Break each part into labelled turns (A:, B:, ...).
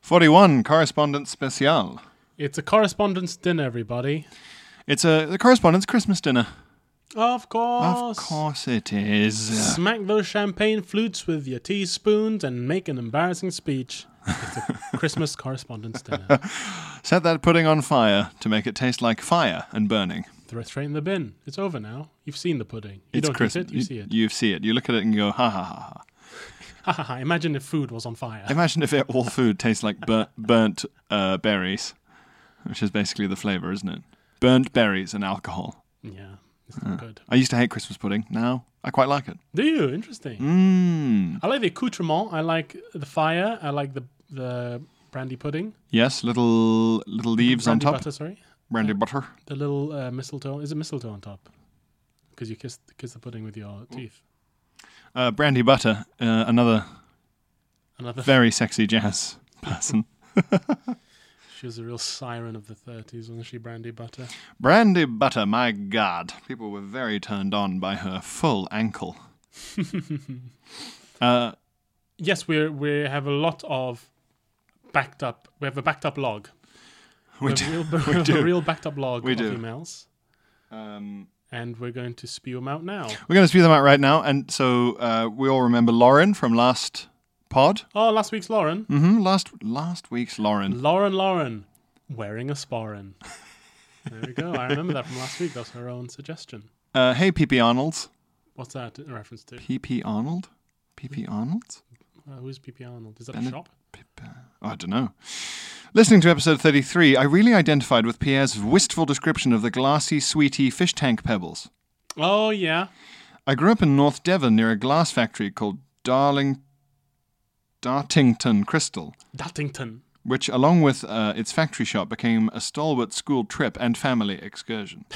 A: 41 Correspondence Special.
B: It's a correspondence dinner, everybody.
A: It's a the correspondence Christmas dinner.
B: Of
A: Of
B: course.
A: course it is.
B: Smack those champagne flutes with your teaspoons and make an embarrassing speech. It's a Christmas correspondence dinner.
A: Set that pudding on fire to make it taste like fire and burning.
B: Throw it straight in the bin. It's over now. You've seen the pudding. You
A: it's
B: don't
A: Christmas.
B: eat it, you see it.
A: You see it. You look at it and go, ha ha ha ha.
B: Ha ha ha. Imagine if food was on fire.
A: Imagine if it, all food tastes like burnt, burnt uh, berries, which is basically the flavour, isn't it? Burnt berries and alcohol.
B: yeah, it's not good.
A: I used to hate Christmas pudding. Now I quite like it.
B: Do you? Interesting.
A: Mmm.
B: I like the accoutrement. I like the fire. I like the the brandy pudding.
A: Yes, little little leaves
B: brandy
A: on top.
B: Butter, sorry.
A: Brandy butter.
B: The little uh, mistletoe. Is it mistletoe on top? Because you kiss kiss the pudding with your teeth.
A: Uh, brandy butter. Uh, another
B: Another.
A: very sexy jazz person.
B: She was a real siren of the 30s, wasn't she, Brandy Butter?
A: Brandy Butter, my God. People were very turned on by her full ankle. uh,
B: Yes, we are we have a lot of backed up. We have a backed up log.
A: we
B: have a
A: do.
B: real,
A: we
B: have a
A: do.
B: real backed up log
A: We
B: of
A: do.
B: emails,
A: Um,
B: and we're going to spew them out now.
A: we're going to spew them out right now. And so uh, we all remember Lauren from last pod.
B: Oh, last week's Lauren.
A: hmm Last last week's Lauren.
B: Lauren Lauren wearing a sporran. There we go. I remember that from last week. That was her own suggestion.
A: Uh, hey, PP Arnold's.
B: What's that in reference to?
A: PP Arnold? PP Arnold's?
B: Uh, who's PP Arnold? Is that a
A: Bennett-
B: shop?
A: I don't know. Listening to episode 33, I really identified with Pierre's wistful description of the glassy, sweetie fish tank pebbles.
B: Oh, yeah.
A: I grew up in North Devon near a glass factory called Darling Dartington Crystal,
B: Duttington.
A: which, along with uh, its factory shop, became a stalwart school trip and family excursion.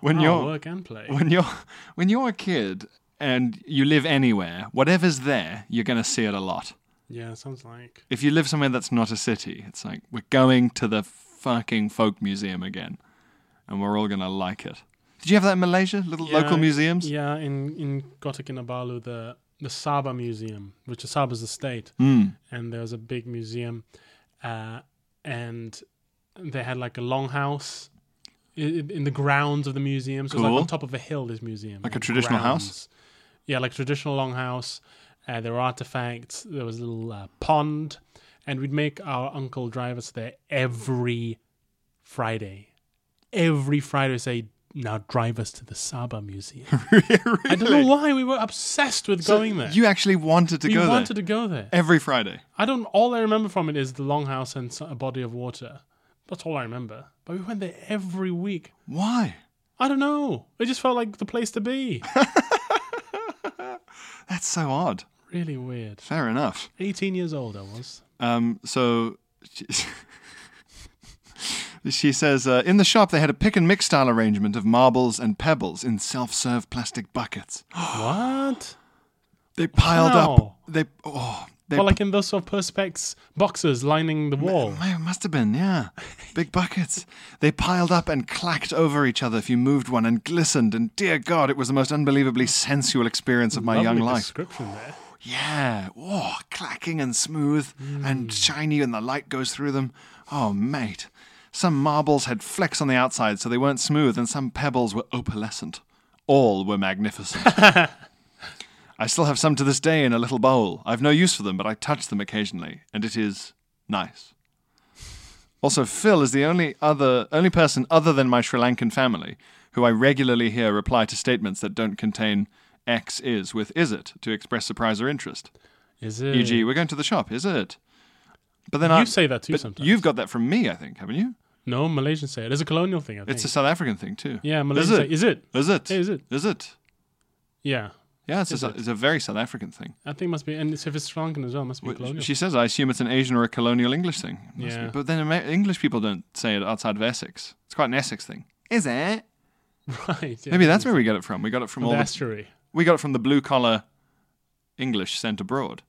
A: When
B: Hard
A: you're
B: work and play.
A: when you're when you're a kid and you live anywhere, whatever's there, you're going to see it a lot.
B: Yeah, sounds like.
A: If you live somewhere that's not a city, it's like we're going to the fucking folk museum again, and we're all going to like it. Did you have that in Malaysia? Little local
B: Yeah,
A: museums?
B: Yeah, in in Kota Kinabalu, the the Sabah Museum, which is Sabah's estate,
A: Mm.
B: and there was a big museum, uh, and they had like a longhouse in, in the grounds of the museum. So it was
A: Cool.
B: like on top of a hill. This museum,
A: Like a traditional house?
B: Yeah, like traditional longhouse. Uh, there were artifacts. There was a little uh, pond, and we'd make our uncle drive us there every Friday. Every Friday, we'd say. Now drive us to the Saba Museum. I don't know why we were obsessed with
A: So
B: going there.
A: You actually wanted to
B: we
A: go
B: wanted
A: there
B: to go there.
A: every Friday.
B: I don't. All I remember from it is the longhouse and so- a body of water. That's all I remember. But we went there every week.
A: Why?
B: I don't know. It just felt like the place to be.
A: That's so odd.
B: really weird.
A: Fair enough.
B: 18 years old I was.
A: Um, so she, she says uh, in the shop they had a pick and mix style arrangement of marbles and pebbles in self-serve plastic buckets.
B: what?
A: They piled
B: Wow.
A: up. They oh they
B: Well, like in those sort of perspex boxes lining the wall.
A: It must have been, yeah. Big buckets. They piled up and clacked over each other if you moved one and glistened. And dear God, it was the most unbelievably sensual experience of my
B: Lovely
A: young life.
B: description there.
A: Yeah. Oh, clacking and smooth and shiny, and the light goes through them. Oh, mate. Some marbles had flecks on the outside, so they weren't smooth, and some pebbles were opalescent. All were magnificent. I still have some to this day in a little bowl. I've no use for them, but I touch them occasionally, and it is nice. Also, Phil is the only other only person other than my Sri Lankan family who I regularly hear reply to statements that don't contain X is with is it to express surprise or interest.
B: Is it?
A: E.g., we're going to the shop, is it? But then
B: You
A: I
B: say that too
A: but
B: sometimes.
A: You've got that from me, I think, haven't you?
B: no, Malaysians say it. It's a colonial thing, I think.
A: It's a South African thing too.
B: yeah,
A: is
B: Malaysians say,
A: it?
B: is it?
A: Is it?
B: Hey, is it?
A: Is it?
B: Yeah.
A: Yeah, it's, a, it's a very South African thing.
B: I think it must be, and so if it's Sri Lankan as well, it must be colonial.
A: She says, I assume it's an Asian or a colonial English thing. It must be.
B: Yeah.
A: But then Amer- English people don't say it outside of Essex. It's quite an Essex thing. Is it?
B: right. Yeah.
A: Maybe that's where we got it from. We got it from
B: the
A: all the,
B: estuary.
A: we got it from the blue collar English sent abroad.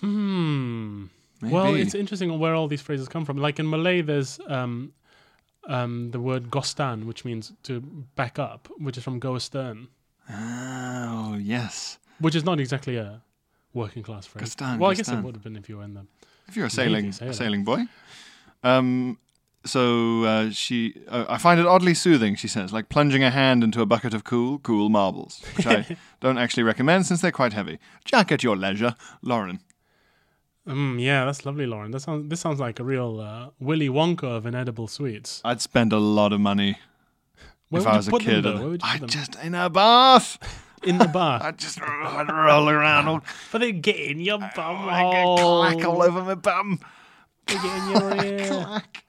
B: Hmm.
A: Maybe.
B: Well, it's interesting where all these phrases come from. Like in Malay, there's um, um, the word gostan, which means to back up, which is from go astern,
A: oh yes.
B: which is not exactly a working class phrase.
A: Gostan,
B: well, I guess it
A: gostan.
B: would have been if you were in the.
A: If you're a sailing
B: Navy sailor.
A: a sailing boy, um, so uh, she, uh, I find it oddly soothing. She says, like plunging a hand into a bucket of cool, cool marbles, which I don't actually recommend since they're quite heavy. Jack at your leisure, Lauren.
B: Mm, yeah, that's lovely, Lauren. That sounds. This sounds like a real uh, Willy Wonka of inedible sweets.
A: I'd spend a lot of money
B: Where
A: if
B: would
A: I
B: you
A: was a
B: put them,
A: kid.
B: though? Where would you
A: I
B: put them?
A: just in a bath.
B: in the bar.
A: I just oh, I'd roll around all,
B: but they get in your bum
A: I'd Oh, get clack all
B: hole.
A: over my bum.
B: They get in your ear.
A: Clack.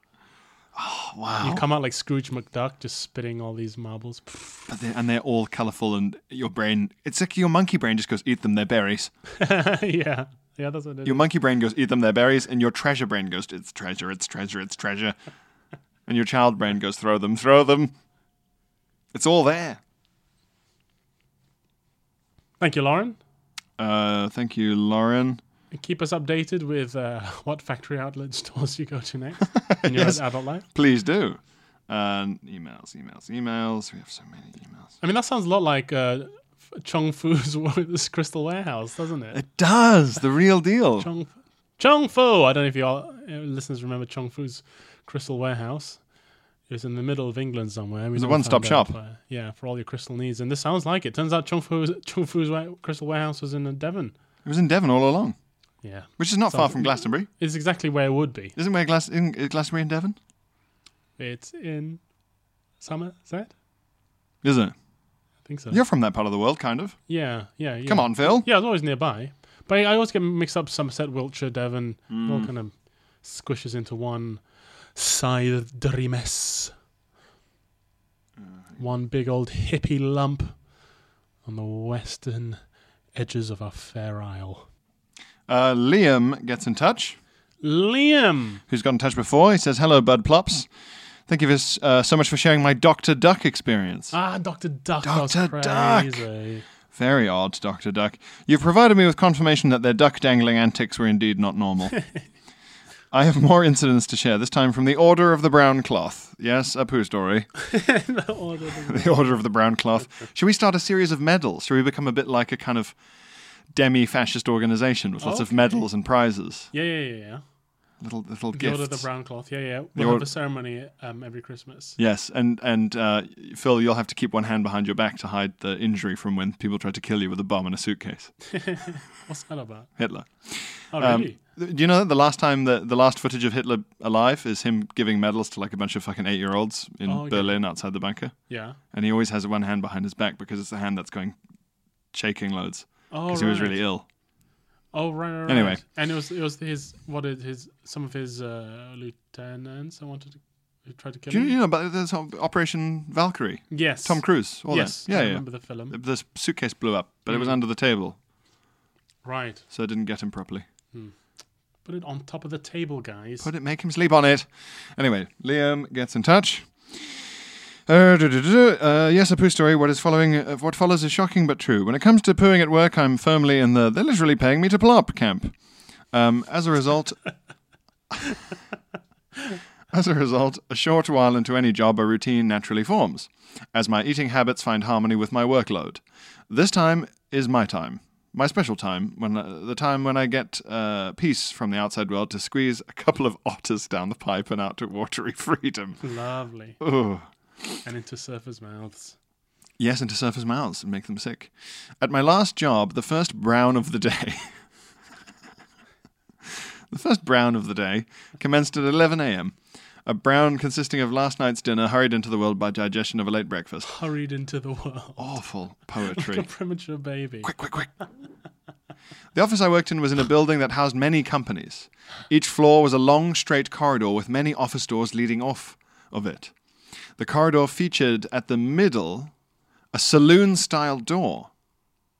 A: Oh wow!
B: You come out like Scrooge McDuck, just spitting all these marbles.
A: But they, and they're all colourful, and your brain—it's like your monkey brain just goes, "Eat them, they're berries."
B: yeah, yeah, that's what it is.
A: Your monkey brain goes, "Eat them, they're berries," and your treasure brain goes, "It's treasure, it's treasure, it's treasure," and your child brain goes, "Throw them, throw them." It's all there.
B: Thank you, Lauren.
A: Uh, thank you, Lauren.
B: Keep us updated with uh, what factory outlet stores you go to next in your adult life.
A: Please do. Um, emails, emails, emails. We have so many emails.
B: I mean, that sounds a lot like uh, F- Chong Fu's this Crystal Warehouse, doesn't it?
A: It does the real deal.
B: Chong, Chong Fu. I don't know if you all uh, listeners remember Chong Fu's Crystal Warehouse. It was in the middle of England somewhere. It
A: was a one-stop shop.
B: yeah, for all your crystal needs. And this sounds like it. Turns out Chong Fu's, Chong Fu's wa- Crystal Warehouse was in uh, Devon.
A: It was in Devon all along,
B: Yeah.
A: which is not
B: So-
A: far from Glastonbury.
B: It's exactly where it would be.
A: Isn't where Glas- in, is Glastonbury in Devon?
B: It's in Somerset?
A: Is it?
B: I think so.
A: You're from that part of the world, kind of.
B: Yeah, yeah, yeah.
A: Come on, Phil.
B: Yeah, I was always nearby. But I always get mixed up Somerset, Wiltshire, Devon.
A: Hmm.
B: It all kind of squishes into one scythery mess. One big old hippie lump on the western edges of our fair isle.
A: Uh, Liam gets in touch,
B: Liam!
A: who's got in touch before. He says, Hello, Bud Plops. Thank you for, uh, so much for sharing my Dr. Duck experience.
B: Ah, Dr. Duck.
A: Dr.
B: That
A: Duck.
B: was crazy.
A: Very odd, Dr. Duck. You've provided me with confirmation that their duck dangling antics were indeed not normal. I have more incidents to share, this time from the Order of the Brown Cloth. Yes, a poo story.
B: The order of the-
A: the Order of the Brown Cloth. Should we start a series of medals? Should we become a bit like a kind of demi fascist organization with lots of
B: Okay.
A: medals and prizes?
B: yeah, yeah, yeah, yeah.
A: Little little
B: The
A: gifts.
B: order of the brown cloth. Yeah, yeah.
A: The
B: We'll have
A: order-
B: a ceremony um, every Christmas.
A: Yes, and and uh, Phil, you'll have to keep one hand behind your back to hide the injury from when people tried to kill you with a bomb in a suitcase.
B: What's that about?
A: Hitler.
B: Oh,
A: Um,
B: really?
A: th- do you know that the last time the the last footage of Hitler alive is him giving medals to like a bunch of fucking eight year olds in
B: Oh, okay.
A: Berlin outside the bunker,
B: yeah.
A: and he always has one hand behind his back because it's the hand that's going shaking loads
B: Oh,
A: because he was really ill.
B: Oh right, right, right.
A: Anyway.
B: and it was it was his what is his some of his uh, lieutenants I wanted to who tried to kill
A: Do you,
B: him.
A: you know about this whole Operation Valkyrie?
B: yes,
A: Tom Cruise. All
B: Yes,
A: that.
B: I
A: Yeah, yeah.
B: remember Mm. the film.
A: This suitcase blew up, but it was under the table,
B: Right,
A: so it didn't get him properly.
B: put it on top of the table, guys.
A: Put it, make him sleep on it. Anyway, Liam gets in touch. Uh, duh, duh, duh, duh. Uh, yes, a poo story. What is following? Uh, what follows is shocking but true. When it comes to pooing at work, I'm firmly in the "they're literally paying me to plop" camp. Um, as a result, as a result, a short while into any job, a routine naturally forms, as my eating habits find harmony with my workload. This time is my time, my special time, when uh, the time when I get uh, peace from the outside world to squeeze a couple of otters down the pipe and out to watery freedom.
B: Lovely,
A: Ugh.
B: and into surfers' mouths.
A: Yes, and to surface mouths and make them sick. At my last job, the first brown of the day. the first brown of the day commenced at 11 a.m. A brown consisting of last night's dinner hurried into the world by digestion of a late breakfast.
B: Hurried into the world,
A: Awful
B: like a
A: poetry.
B: premature baby.
A: Oh, quick, quick, quick. The office I worked in was in a building that housed many companies. Each floor was a long, straight corridor with many office doors leading off of it. The corridor featured at the middle a saloon style door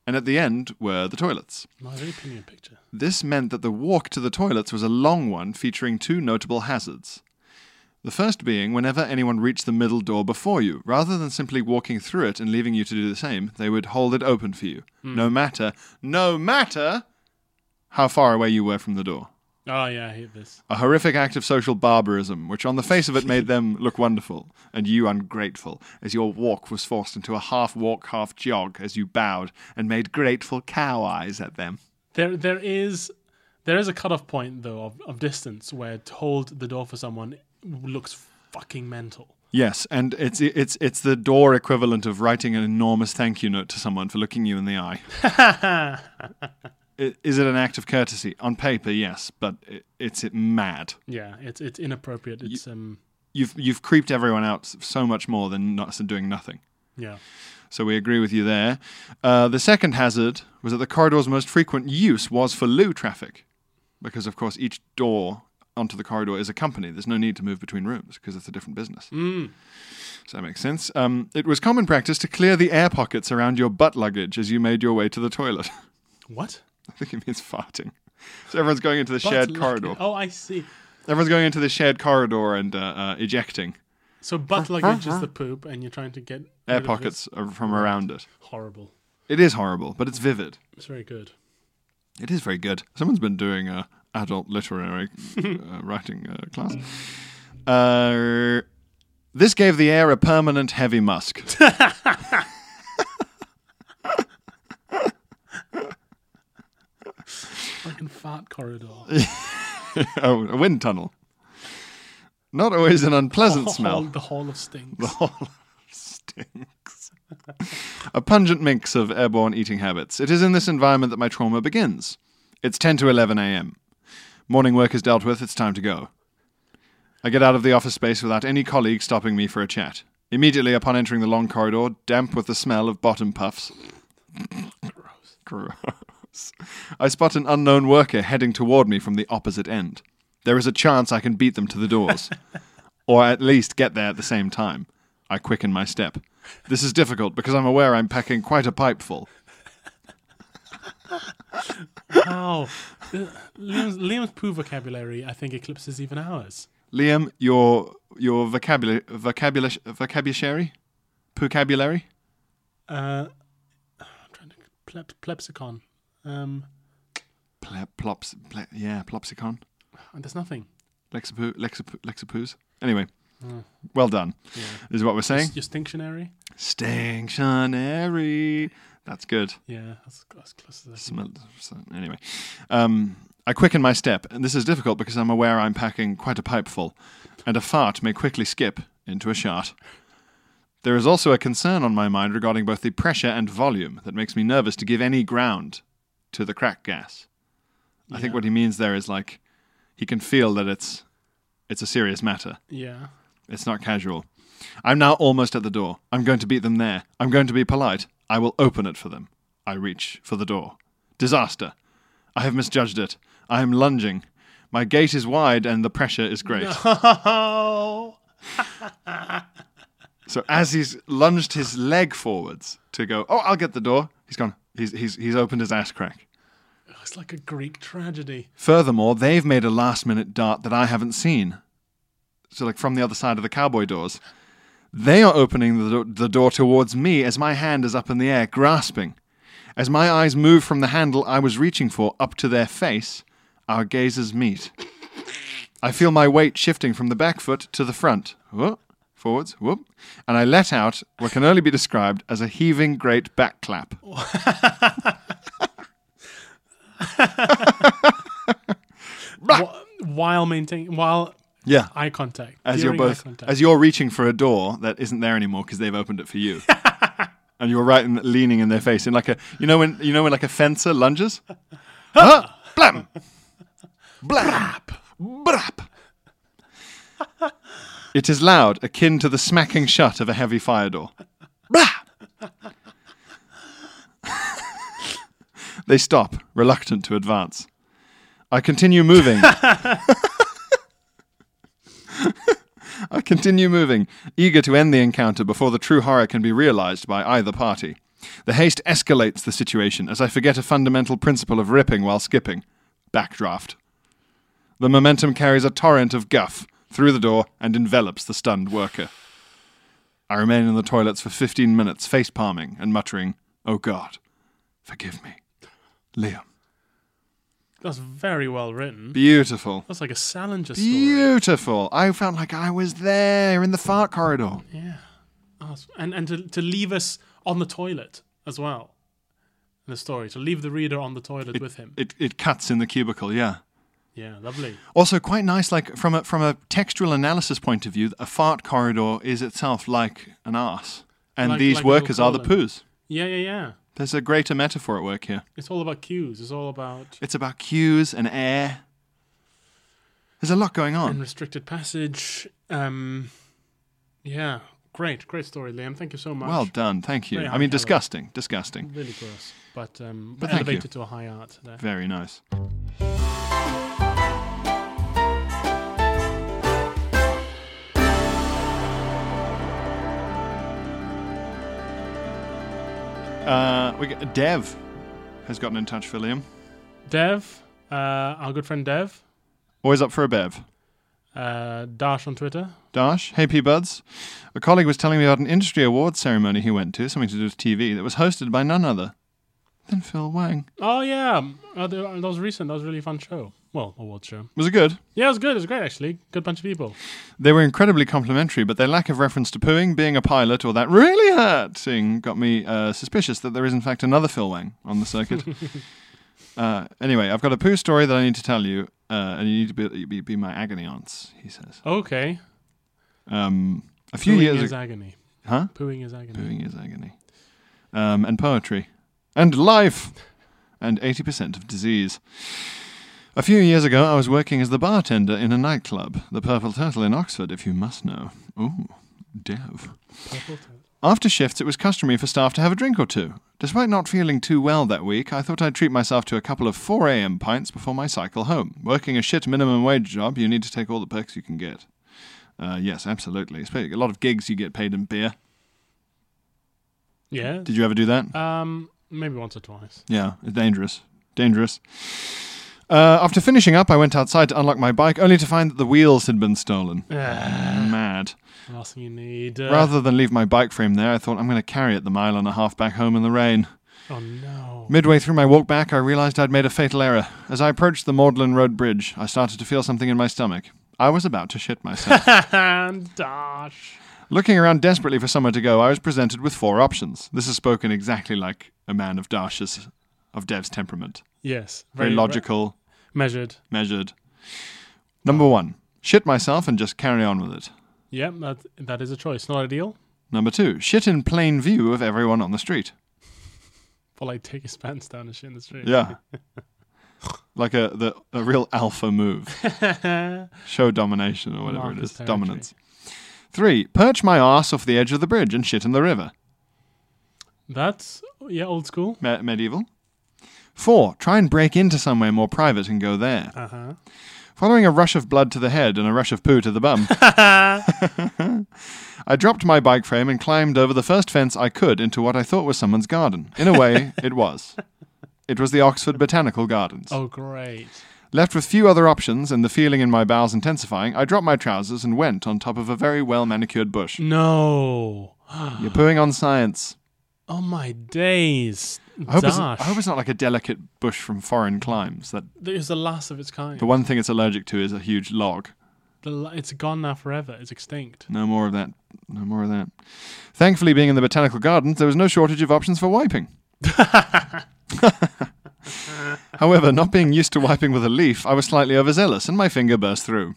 A: and at the end were the toilets.
B: My very opinion picture.
A: This meant that the walk to the toilets was a long one featuring two notable hazards. The first being whenever anyone reached the middle door before you, rather than simply walking through it and leaving you to do the same, they would hold it open for you, no matter, no matter how far away you were from the door.
B: Oh yeah, I hate this.
A: A horrific act of social barbarism, which on the face of it made them look wonderful, and you ungrateful, as your walk was forced into a half walk, half jog as you bowed and made grateful cow eyes at them.
B: There, there is, there is a cutoff point though of, of distance where to hold the door for someone looks fucking mental.
A: Yes, and it's it's it's the door equivalent of writing an enormous thank you note to someone for looking you in the eye. I- Is it an act of courtesy? On paper, yes, but i it's it mad.
B: Yeah, it's it's inappropriate. It's um,
A: You've you've creeped everyone out s- so much more than not doing nothing.
B: yeah.
A: So we agree with you there. Uh, the second hazard was that the corridor's most frequent use was for loo traffic, because of course each door onto the corridor is a company. There's no need to move between rooms because it's a different business.
B: Mm.
A: So that makes sense. Um, it was common practice to clear the air pockets around your butt luggage as you made your way to the toilet.
B: What?
A: I think it means farting. So everyone's going into the
B: Butt
A: shared
B: lug-
A: corridor.
B: Oh, I see.
A: Everyone's going into the shared corridor and uh, uh, ejecting
B: So butt luggage is the poop, and you're trying to get rid
A: air
B: of it.
A: pockets uh, from around it.
B: Horrible.
A: It is horrible, but it's vivid.
B: It's very good.
A: It is very good. Someone's been doing a adult literary uh, writing uh, class. Uh, this gave the air a permanent heavy musk.
B: Fucking fart corridor.
A: oh, a wind tunnel. Not always an unpleasant
B: The
A: smell.
B: hall- The hall of stinks.
A: stinks. a pungent mix of airborne eating habits. It is in this environment that my trauma begins. It's 10 to 11 a.m. Morning work is dealt with, it's time to go. I get out of the office space without any colleague stopping me for a chat. Immediately upon entering the long corridor, damp with the smell of bottom puffs. Gross. Gross. I spot an unknown worker heading toward me from the opposite end. There is a chance I can beat them to the doors or at least get there at the same time. I quicken my step. This is difficult because I'm aware I'm packing quite a pipeful.
B: Wow. Liam's, Liam's poo vocabulary, I think, eclipses even ours.
A: Liam, your your vocabulary vocabulary vocabulary, vocabulary.
B: Uh, I'm trying to plep, plepsicon. Um,
A: Ple, plops, ple, yeah, plopsicon,
B: there's nothing.
A: lexapoo, lexapoo, lexapoos. Anyway, well done. Is what we're saying.
B: Your stinctionary.
A: Stinctionary. That's good.
B: Yeah, that's, that's close as I can.
A: Smell- so- Anyway, um, I quicken my step, and this is difficult because I'm aware I'm packing quite a pipeful, and a fart may quickly skip into a shart. There is also a concern on my mind regarding both the pressure and volume that makes me nervous to give any ground to the crack gas. I think what he means there is like he can feel that it's it's a serious matter.
B: Yeah.
A: It's not casual. I'm now almost at the door. I'm going to beat them there. I'm going to be polite. I will open it for them. I reach for the door. Disaster. I have misjudged it. I am lunging. My gate is wide and the pressure is great.
B: Oh,
A: So as he's lunged his leg forwards to go, oh, I'll get the door. He's gone. He's he's he's opened his ass crack.
B: it's like a Greek tragedy.
A: Furthermore, they've made a last minute dart that I haven't seen. So, like from the other side of the cowboy doors, they are opening the, do- the door towards me as my hand is up in the air, grasping. As my eyes move from the handle I was reaching for up to their face, our gazes meet. I feel my weight shifting from the back foot to the front. Whoop, forwards, whoop. And I let out what can only be described as a heaving great back clap.
B: Wh- Um, While maintaining, while
A: Yeah.
B: eye contact.
A: as you're
B: during eye
A: both
B: contact.
A: as you're reaching for a door that isn't there anymore because they've opened it for you and you're right in, leaning in their face in like a you know when you know when like a fencer lunges huh? blam blap brap it is loud akin to the smacking shut of a heavy fire door Blah! they stop reluctant to advance i continue moving I continue moving, eager to end the encounter before the true horror can be realized by either party. The haste escalates the situation as I forget a fundamental principle of ripping while skipping backdraft. The momentum carries a torrent of guff through the door and envelops the stunned worker. I remain in the toilets for 15 minutes, face palming and muttering, Oh God, forgive me. Liam.
B: That's very well written.
A: Beautiful.
B: That's like a Salinger story.
A: Beautiful. I felt like I was there in the fart corridor.
B: Yeah. Oh, it's- And and to, to leave us on the toilet as well. In the story, to leave the reader on the toilet with him.
A: It, it cuts in the cubicle, yeah.
B: yeah, lovely.
A: Also, quite nice, like from a, from a textual analysis point of view, a fart corridor is itself like an arse. And
B: Like-
A: these
B: like a little
A: workers are the
B: colon.
A: poos.
B: Yeah, yeah, yeah.
A: There's a greater metaphor at work here.
B: It's all about cues. It's all about
A: It's about cues and air. There's a lot going on.
B: unrestricted passage. Um, yeah, great, great story, Liam. Thank you so much.
A: Well done, thank you.
B: Very
A: I
B: high
A: mean,
B: caliber.
A: disgusting, disgusting.
B: really gross, but um,
A: But thank you.
B: elevated to a high art. There.
A: Very nice. Uh, we got, Dev has gotten in touch for Liam.
B: Dev, uh, our good friend Dev,
A: Always up for a bev.
B: uh, Dash on Twitter.
A: Dash, hey P Buds. A colleague was telling me about an industry awards ceremony he went to, something to do with TV, that was hosted by none other than Phil Wang.
B: Oh yeah, um, uh, th- that was recent. That was a really fun show. Well, award show.
A: Was it good?
B: Yeah, it was good. It was great actually. Good bunch of people.
A: They were incredibly complimentary, but their lack of reference to pooing, being a pilot, or that really hurt thing got me uh, suspicious that there is, in fact, another Phil Wang on the circuit. uh, anyway, I've got a poo story that I need to tell you, uh, and you need to be, be, be my agony aunts, he says.
B: Okay.
A: Um, a few
B: Pooing
A: years
B: is
A: ago.
B: agony.
A: Huh?
B: Pooing is agony.
A: Pooing is agony. Um, and poetry. And life! And 80% of disease. A few years ago, I was working as the bartender in a nightclub, the Purple Turtle in Oxford, if you must know. Ooh, Dev.
B: Purple tint.
A: After shifts, it was customary for staff to have a drink or two. Despite not feeling too well that week, I thought I'd treat myself to a couple of 4 a.m. pints before my cycle home. Working a shit minimum wage job, you need to take all the perks you can get. Uh, yes, absolutely. Especially A lot of gigs you get paid in beer.
B: Yeah.
A: Did you ever do that?
B: Um, maybe once or twice.
A: Yeah, it's dangerous. Dangerous. Uh, after finishing up, I went outside to unlock my bike, only to find that the wheels had been stolen. Mad.
B: Last thing you need. Uh,
A: Rather than leave my bike frame there, I thought I'm going to carry it the mile and a half back home in the rain.
B: Oh no.
A: Midway through my walk back, I realized I'd made a fatal error. As I approached the Magdalen Road Bridge, I started to feel something in my stomach. I was about to shit myself.
B: and dash.
A: Looking around desperately for somewhere to go, I was presented with four options. This is spoken exactly like a man of Darsh's, of Dev's temperament.
B: Yes.
A: Very logical,
B: re- measured.
A: measured. Number one, shit myself and just carry on with it.
B: Yep, that that is a choice. Not ideal.
A: Number two, shit in plain view of everyone on the street.
B: But like take his pants down and shit in the street.
A: Yeah. Like a the a real alpha move. Show domination or whatever
B: Mark
A: it
B: his
A: is.
B: territory.
A: Dominance. Three, perch my ass off the edge of the bridge and shit in the river.
B: That's yeah, old school.
A: Me- medieval. Four, try and break into somewhere more private and go there.
B: Uh huh.
A: Following a rush of blood to the head and a rush of poo to the bum, I dropped my bike frame and climbed over the first fence I could into what I thought was someone's garden. In a way, it was. It was the Oxford Botanical Gardens.
B: Oh great.
A: Left with few other options and the feeling in my bowels intensifying, I dropped my trousers and went on top of a very well manicured bush.
B: No.
A: You're pooing on science.
B: Oh my days.
A: I hope, it's,
B: Dash.
A: I hope it's not like a delicate bush from foreign climes. That
B: There's the last of its kind.
A: the one thing it's allergic to is a huge log.
B: The la- it's gone now forever. It's extinct.
A: No more of that. No more of that. Thankfully, being in the botanical gardens, there was no shortage of options for wiping. However, not being used to wiping with a leaf, I was slightly overzealous and my finger burst through.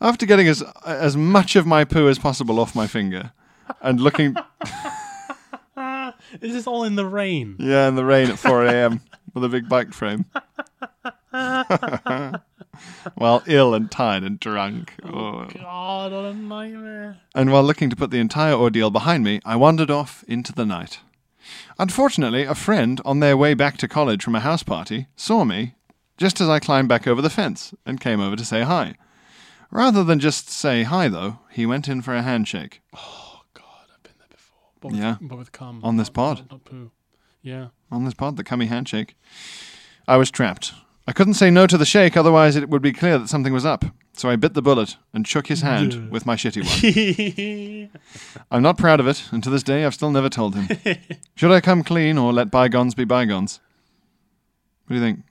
A: After getting as as much of my poo as possible off my finger and looking
B: Is this all in the rain?
A: Yeah, in the rain at 4 a.m. with a big bike frame. while ill and tired and drunk. Oh.
B: God, what a nightmare.
A: And while looking to put the entire ordeal behind me, I wandered off into the night. Unfortunately, a friend on their way back to college from a house party saw me just as I climbed back over the fence and came over to say hi. Rather than just say hi, though, he went in for a handshake.
B: Oh God, I've been there before. But with,
A: Yeah.
B: but with cum
A: On this
B: not-
A: pod.
B: not, not poo. Yeah,
A: On this pod, the cummy handshake. I was trapped. I couldn't say no to the shake, otherwise it would be clear that something was up. So I bit the bullet and shook his hand
B: Yeah.
A: with my shitty one.
B: Uh, I
A: I'm not proud of it, and to this day I've still never told him. Should I come clean or let bygones be bygones? What do you think?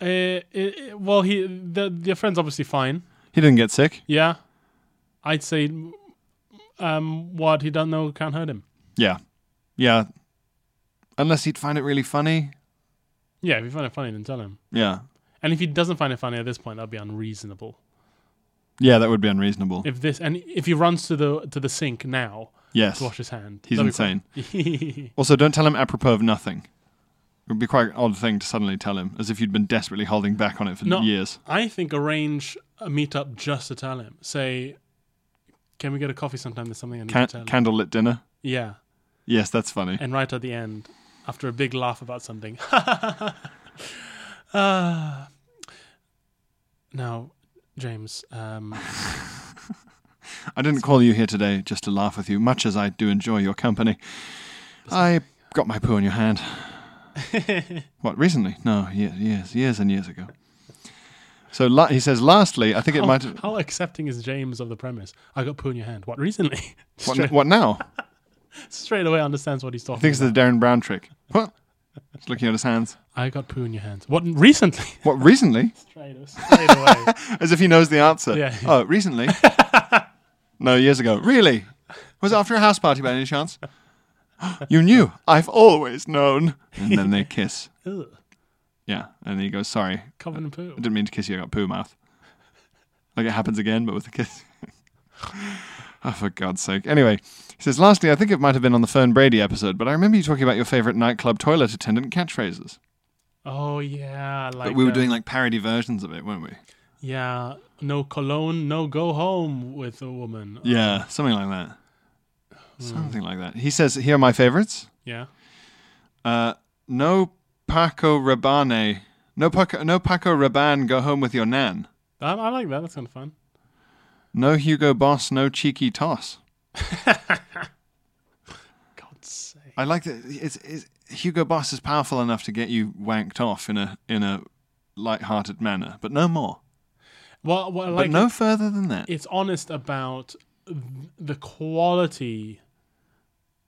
B: uh, uh, well, he the their friend's obviously fine.
A: He didn't get sick.
B: Yeah, I'd say um, what he don't know can't hurt him.
A: Yeah. Yeah. Unless he'd find it really funny.
B: Yeah, if you find it funny, then tell him.
A: Yeah.
B: And if he doesn't find it funny at this point, that'd be unreasonable.
A: Yeah, that would be unreasonable.
B: If this and if he runs to the to the sink now
A: yes.
B: to wash his hand,
A: He's
B: that'd
A: insane.
B: be fine.
A: Also, don't tell him apropos of nothing. It would be quite an odd thing to suddenly tell him, as if you'd been desperately holding back on it for
B: No.
A: years.
B: I think arrange a meetup just to tell him. Say, can we get a coffee sometime? There's something I need
A: Can-
B: to tell. you."
A: candlelit dinner.
B: yeah,
A: Yes, that's funny.
B: and right at the end, after a big laugh about something, uh, now, James, um,
A: I didn't call you here today just to laugh with you, much as I do enjoy your company. I got my poo in your hand. what, recently? No, ye- years, years and years ago. So la- he says, lastly, I think it
B: how,
A: might.
B: how accepting is James of the premise? I got poo in your hand. What recently?
A: What,
B: straight,
A: what now?
B: straight away understands what he's talking.
A: thinks
B: about.
A: it's the Darren Brown trick. What? He's looking at his hands.
B: I got poo in your hands. What recently?
A: What, recently?
B: straight, straight away.
A: As if he knows the answer.
B: Yeah.
A: Oh, recently? no, years ago. Really? Was it after a house party by any chance? you knew. I've always known. And then they kiss.
B: Ugh,
A: Yeah. And he goes, sorry. I
B: covered in poo.
A: didn't mean to kiss you. I got poo mouth. Like it happens again, but with a kiss. oh, for God's sake. Anyway, he says, lastly, I think it might have been on the Fern Brady episode, but I remember you talking about your favorite nightclub toilet attendant catchphrases.
B: Oh yeah, like
A: But we were
B: uh,
A: doing like parody versions of it, weren't we?
B: yeah, no cologne, no go home with a woman.
A: Yeah, something like that. Something like that. He says, "Here are my favorites:
B: Yeah.
A: uh, No Paco Rabanne, no Paco, no Paco Rabanne, go home with your nan.
B: I, I like that. That's kind of fun.
A: No Hugo Boss, no cheeky toss.
B: God's sake.
A: I like that. It's, it's, Hugo Boss is powerful enough to get you wanked off in a in a light-hearted manner, but no more.
B: Well, what I
A: but
B: like
A: no further than that.
B: it's honest about the quality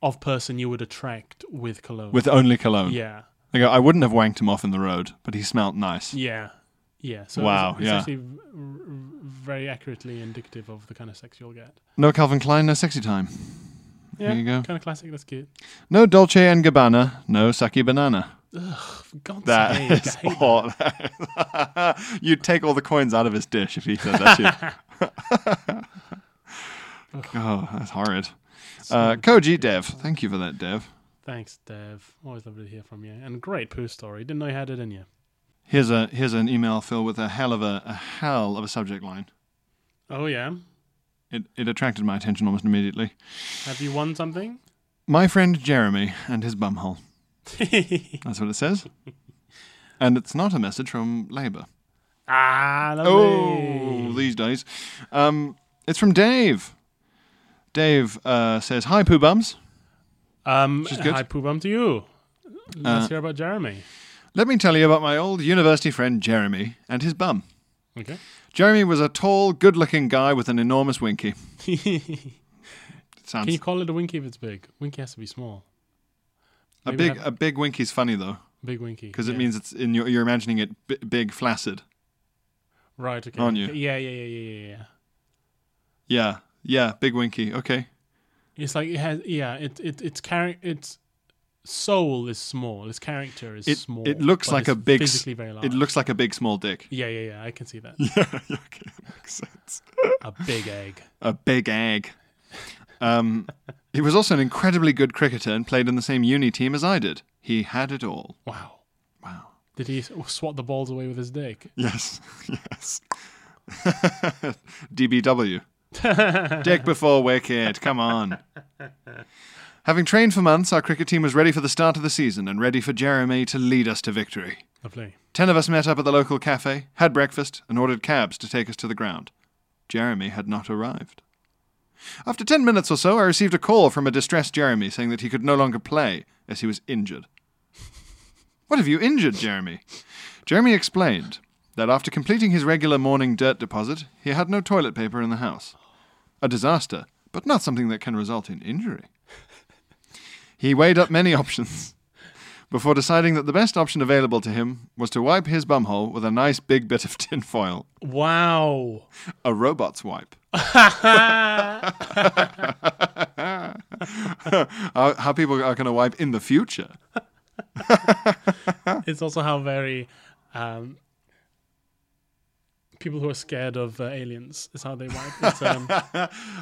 B: of person you would attract with cologne.
A: With only cologne.
B: yeah,
A: I go. I wouldn't have wanked him off in the road, but he smelt nice.
B: yeah, yeah. So
A: Wow,
B: it's, it's
A: yeah.
B: actually v- v- very accurately indicative of the kind of sex you'll get.
A: No Calvin Klein, no sexy time.
B: Yeah,
A: you go.
B: Kind of classic. That's cute.
A: No Dolce and Gabbana, no Saki Banana.
B: For God's
A: That
B: sake, I
A: is
B: hate that.
A: all. You'd take all the coins out of his dish if he said that to you. oh, that's horrid. Uh, Koji Dev, thank you for that, Dev.
B: Thanks, Dev. Always lovely to hear from you. And great poo story. Didn't know you had it in you.
A: Here's a here's an email filled with a hell of a, a hell of a subject line.
B: Oh yeah.
A: It it attracted my attention almost immediately.
B: Have you won something?
A: My friend Jeremy and his bumhole. That's what it says. And it's not a message from Labour.
B: ah,
A: Oh,
B: lovely.
A: these days. Um, it's from Dave. Dave uh, says, Hi, Pooh Bums.
B: um,
A: is good. Uh,
B: hi, poo bum to you. Let's hear about Jeremy.
A: Let me tell you about my old university friend Jeremy and his bum.
B: Okay.
A: Jeremy was a tall, good looking guy with an enormous winky.
B: Can
A: Sounds
B: you call it a winky if it's big? Winky has to be small.
A: a
B: maybe
A: big
B: have-
A: a big winky's funny though
B: Big winky.
A: because it
B: yeah.
A: means it's in your, you're imagining it b- big flaccid.
B: right. Okay.
A: aren't you?
B: Yeah, yeah, yeah, yeah, yeah, yeah.
A: Yeah, yeah, big winky. Okay,
B: It's like it has. Yeah. It it it's char- Its soul is small. Its character is
A: it
B: small.
A: it looks
B: but
A: like a
B: it's
A: big s-
B: Physically very large.
A: it looks like a big small dick.
B: Yeah, yeah, yeah. I can see that.
A: Yeah, okay, makes sense.
B: a big egg.
A: a big egg. Um, he was also an incredibly good cricketer and played in the same uni team as I did. He had it all.
B: Wow.
A: Wow.
B: Did he s- swat the balls away with his dick?
A: Yes, yes. DBW. Dick before wicket. Come on. Having trained for months, our cricket team was ready for the start of the season and ready for Jeremy to lead us to victory.
B: Lovely.
A: Ten of us met up at the local cafe, had breakfast, and ordered cabs to take us to the ground. Jeremy had not arrived. After ten minutes or so, I received a call from a distressed Jeremy saying that he could no longer play as he was injured. What have you injured, Jeremy? Jeremy explained that after completing his regular morning dirt deposit, he had no toilet paper in the house. A disaster, but not something that can result in injury. He weighed up many options before deciding that the best option available to him was to wipe his bumhole with a nice big bit of tinfoil,
B: Wow.
A: a robot's wipe. how, how people are going to wipe in the future.
B: It's also how very um, people who are scared of uh, aliens is how they wipe. It's, um,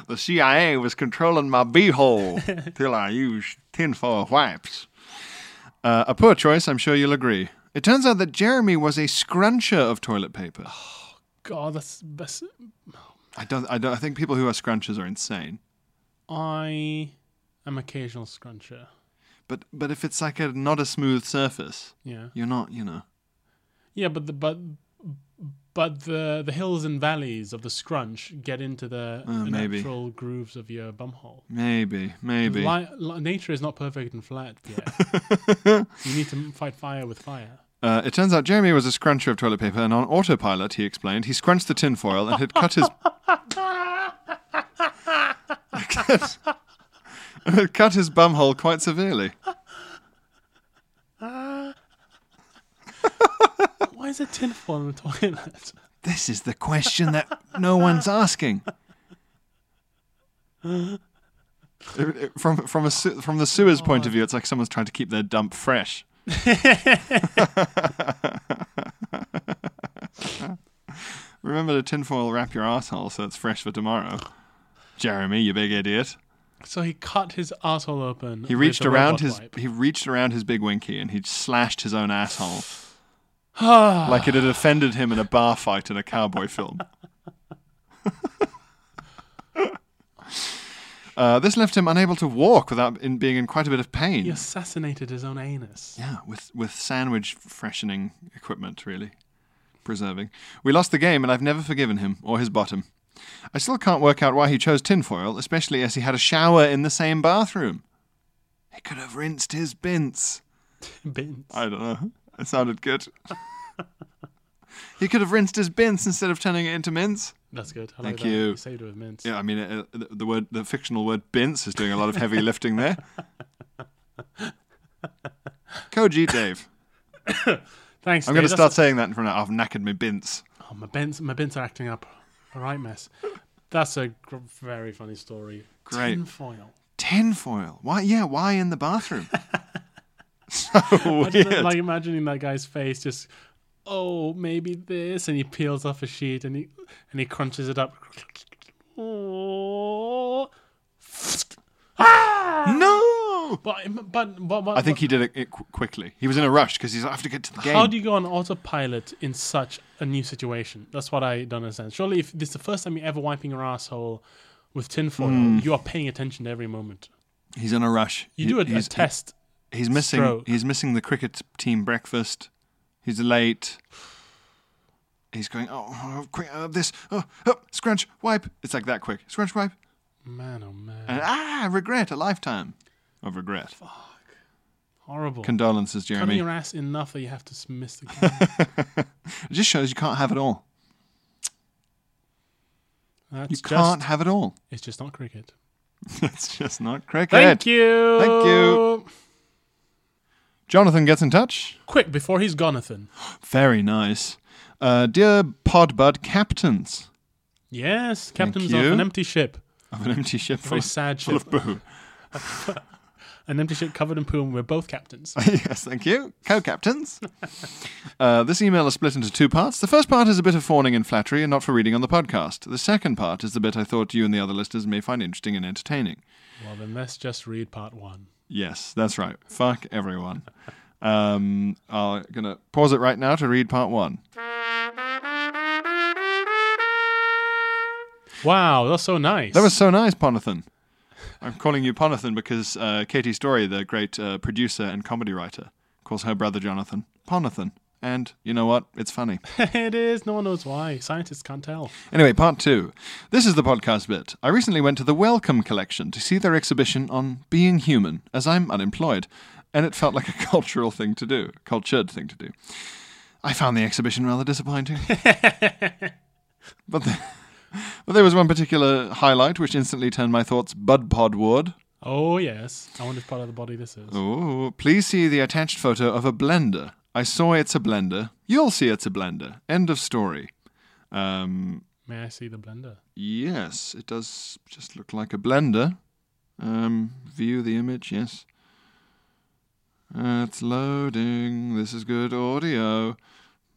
A: The CIA was controlling my beehole till I used tinfoil wipes. Uh, a poor choice, I'm sure you'll agree. It turns out that Jeremy was a scruncher of toilet paper.
B: God, that's, that's
A: I don't. I don't. I think people who are scrunchers are insane.
B: I am occasional scruncher.
A: But but if it's like a not a smooth surface,
B: Yeah.
A: you're not. You know.
B: Yeah, but the but but the the hills and valleys of the scrunch get into the
A: Uh, maybe.
B: natural grooves of your bumhole.
A: Maybe maybe.
B: Li- li- nature is not perfect and flat. Pierre. you need to fight fire with fire.
A: Uh, it turns out Jeremy was a scruncher of toilet paper, and on autopilot, he explained, he scrunched the tinfoil and had cut his. and had cut his bumhole quite severely.
B: Why is there tinfoil in the toilet?
A: This is the question that no one's asking. It- it- From from a se- from the sewer's point of view, it's like someone's trying to keep their dump fresh. Remember to tinfoil wrap your asshole so it's fresh for tomorrow. Jeremy, you big idiot.
B: So he cut his asshole open.
A: He reached around his he reached around his big winky and he slashed his own asshole like it had offended him in a bar fight in a cowboy film. uh, this left him unable to walk without in being in quite a bit of pain.
B: he assassinated his own anus.
A: Yeah, with with sandwich freshening equipment, really preserving. We lost the game, and I've never forgiven him or his bottom. I still can't work out why he chose tinfoil, especially as he had a shower in the same bathroom. He could have rinsed his bins.
B: Bins.
A: I don't know. It sounded good. he could have rinsed his bins instead of turning it into mints.
B: That's good. I
A: Thank
B: like that.
A: you.
B: saved it with mints.
A: Yeah, I mean, uh, the- the word, the fictional word "bints" is doing a lot of heavy lifting there. Koji Dave.
B: Thanks.
A: I'm
B: Dave.
A: going to
B: That's-
A: start saying that in front of. I've knackered my bints.
B: Oh, my bins, my bins are acting up. A right mess. That's a gr- very funny story.
A: Great.
B: Tinfoil.
A: Tinfoil. Why? Yeah. Why in the bathroom? so
B: I just,
A: weird.
B: like imagining that guy's face just, oh, maybe this, and he peels off a sheet and he and he crunches it up. Oh. Ah!
A: no.
B: But, but, but, but
A: I think he did it, it qu- quickly. He was in a rush because he's. like, I have to get to the game.
B: How do you go on autopilot in such a new situation? That's what I don't understand. Surely, if this is the first time you're ever wiping your asshole with tinfoil,
A: Hmm.
B: you are paying attention to every moment.
A: he's in a rush.
B: You
A: He-
B: do a, a
A: he's,
B: test.
A: He's missing.
B: stroke.
A: He's missing the cricket team breakfast. He's late. He's going. Oh, oh, quick! Uh, this. Oh, oh, scrunch, wipe. It's like that quick. Scrunch, wipe.
B: Man, oh man,
A: And ah, regret. A lifetime of regret.
B: horrible.
A: Condolences,
B: Cutting
A: Jeremy.
B: your ass enough that you have to s- miss the game.
A: It just shows you can't have it all.
B: That's
A: You
B: just,
A: can't have it all.
B: It's just not cricket.
A: It's just not cricket.
B: Thank you.
A: Thank you. Jonathan gets in touch.
B: Quick before he's Jonathan.
A: Very nice. Uh, dear Podbud captains
B: Yes, captain's
A: you.
B: of an empty ship.
A: of an empty ship full
B: Very
A: of,
B: sad
A: full
B: ship.
A: of poo.
B: An empty ship covered in poo, and we're both captains.
A: yes, thank you. Co captains. uh, this email is split into two parts. The first part is a bit of fawning and flattery and not for reading on the podcast. The second part is the bit I thought you and the other listeners may find interesting and entertaining.
B: well, then let's just read part one.
A: Yes, that's right. Fuck everyone. Um, I'm going to pause it right now to read part one.
B: Wow, that's so nice.
A: That was so nice, Ponathan. I'm calling you Ponathan because uh, Katie Story, the great uh, producer and comedy writer, calls her brother Jonathan Ponathan. And you know what? It's funny.
B: it is. No one knows why. Scientists can't tell.
A: Anyway, part two. This is the podcast bit. I recently went to the Welcome Collection to see their exhibition on being human, as I'm unemployed, and it felt like a cultural thing to do, cultured thing to do. I found the exhibition rather disappointing. but, the, but there was one particular highlight which instantly turned my thoughts bud podward.
B: Oh yes. I wonder if part of the body this is.
A: Oh, please see the attached photo of a blender. I saw it's a blender. You'll see it's a blender. End of story. Um,
B: May I see the blender?
A: Yes, it does just look like a blender. Um, view the image, yes. Uh, it's loading. This is good audio.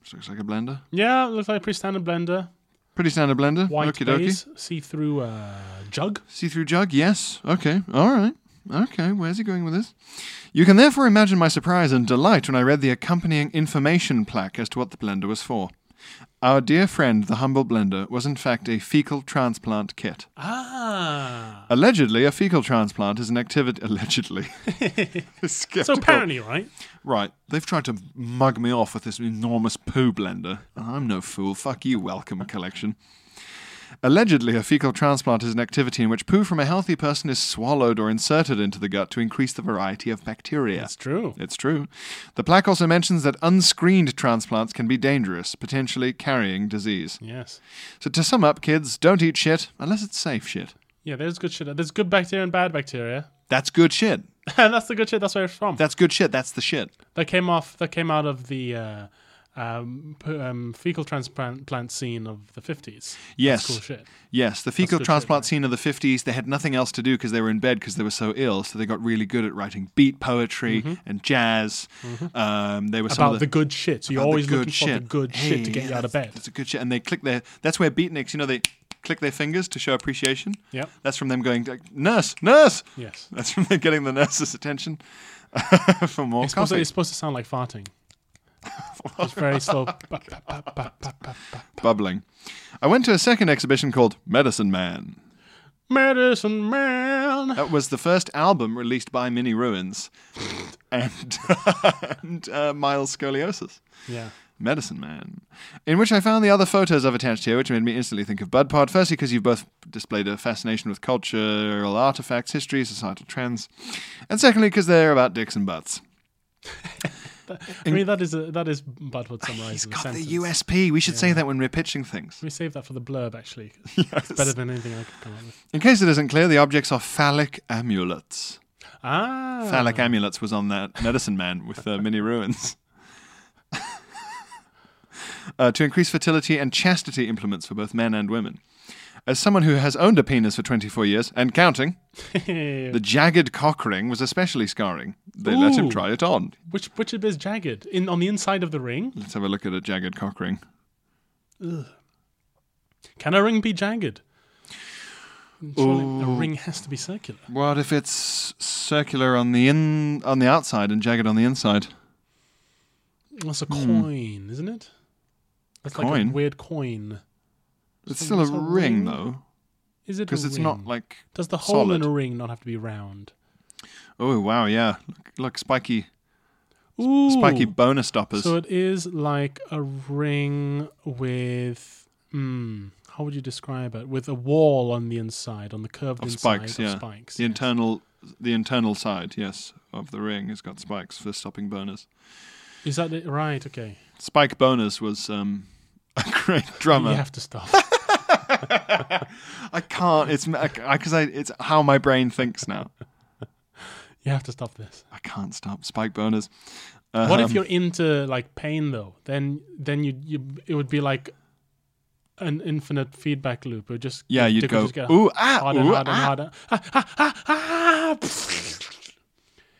A: This looks like a blender.
B: Yeah, it looks like a pretty standard blender.
A: Pretty standard blender.
B: White
A: Okie dokie.
B: base, see-through uh, jug.
A: See through jug, yes. Okay, all right. Okay, where's he going with this? You can therefore imagine my surprise and delight when I read the accompanying information plaque as to what the blender was for. Our dear friend, the humble blender, was in fact a fecal transplant kit.
B: Ah.
A: Allegedly, a fecal transplant is an activity. Allegedly.
B: So
A: Skeptical.
B: apparently, right?
A: Right, they've tried to mug me off with this enormous poo blender. I'm no fool. Fuck you, welcome collection. Allegedly, a fecal transplant is an activity in which poo from a healthy person is swallowed or inserted into the gut to increase the variety of bacteria.
B: That's true.
A: It's true. The plaque also mentions that unscreened transplants can be dangerous, potentially carrying disease.
B: Yes.
A: So, to sum up, kids, don't eat shit unless it's safe shit.
B: Yeah, there's good shit. There's good bacteria and bad bacteria.
A: That's good shit.
B: and that's the good shit. That's where it's from.
A: That's good shit. That's the shit.
B: that came off. That came out of the uh, um, p- um, fecal transplant plant scene of the 50s.
A: Yes.
B: That's cool shit.
A: Yes, the fecal
B: good shit,
A: transplant scene of the 50s, they had nothing else to do because they were in bed because they were so ill. So they got really good at writing beat poetry and jazz. Um, they were some
B: Mm-hmm. About
A: of
B: the good shit. So you're
A: about the
B: always
A: good
B: looking for the good
A: Hey,
B: shit to get
A: yeah,
B: you out of
A: that's-
B: bed.
A: That's a good shit. And they click their, that's where beatniks, you know, they click their fingers to show appreciation.
B: Yep.
A: That's from them going, like, nurse, nurse.
B: Yes.
A: That's from them getting the nurse's attention for more
B: It's supposed, to,
A: coffee.
B: it's supposed to sound like farting. It's very slow. Ba- ba- ba- ba- ba- ba- ba.
A: Bubbling. I went to a second exhibition called Medicine Man.
B: Medicine man.
A: That was the first album released by Mini Ruins and, and uh, Miles Scoliosis,
B: Yeah.
A: Medicine Man, in which I found the other photos I've attached here, which made me instantly think of Bud Pod. Firstly, because you've both displayed a fascination with cultural artifacts, history, societal trends, and secondly, because they're about dicks and butts.
B: I mean, that is a, that is Budwood summarizing
A: Oh, He's
B: the
A: got
B: sentence.
A: the USP. We should say that when we're pitching things.
B: Can we save that for the blurb, actually? It's better than anything I could come up with.
A: In case it isn't clear, the objects are phallic amulets.
B: Ah.
A: Phallic amulets was on that medicine man with uh, mini ruins. uh, to increase fertility and chastity implements for both men and women. As someone who has owned a penis for 24 years and counting, the jagged cock ring was especially scarring. They let him
B: Ooh.
A: try it on.
B: which which bit is jagged? In on the inside of the ring?
A: Let's have a look at a jagged cock ring.
B: Can a ring be jagged? Surely a ring has to be circular.
A: What if it's circular on the in on the outside and jagged on the inside?
B: That's a coin, isn't it? That's like a
A: Hmm. Coin?
B: weird coin.
A: It's
B: So
A: still a
B: it's a
A: ring
B: ring?
A: though,
B: Is it?
A: because
B: a
A: it's
B: ring?
A: not like
B: Does the hole in
A: solid.
B: a ring not have to be round?
A: oh wow yeah look, look spiky
B: Ooh,
A: spiky bonus stoppers.
B: So it is like a ring with. Mm, how would you describe it? With a wall on the inside, on the curved
A: of
B: inside
A: spikes,
B: of
A: yeah.
B: spikes.
A: The
B: yes.
A: internal, the internal side, yes, of the ring has got spikes for stopping boners.
B: Is that it? Right. Okay.
A: Spike boners was um, a great
B: You
A: drummer.
B: have to stop.
A: I can't. It's because I, it's how my brain thinks now.
B: you have to stop this.
A: I can't stop Spike boners. Uh,
B: What if you're into like pain though? Then then you you it would be like an infinite feedback loop. It would just
A: Yeah,
B: your
A: you'd
B: dick would
A: go,
B: just get
A: "Ooh, ah,
B: harder and
A: ooh,
B: harder and
A: ah."
B: harder. Ah, ah, ah, ah, pfft.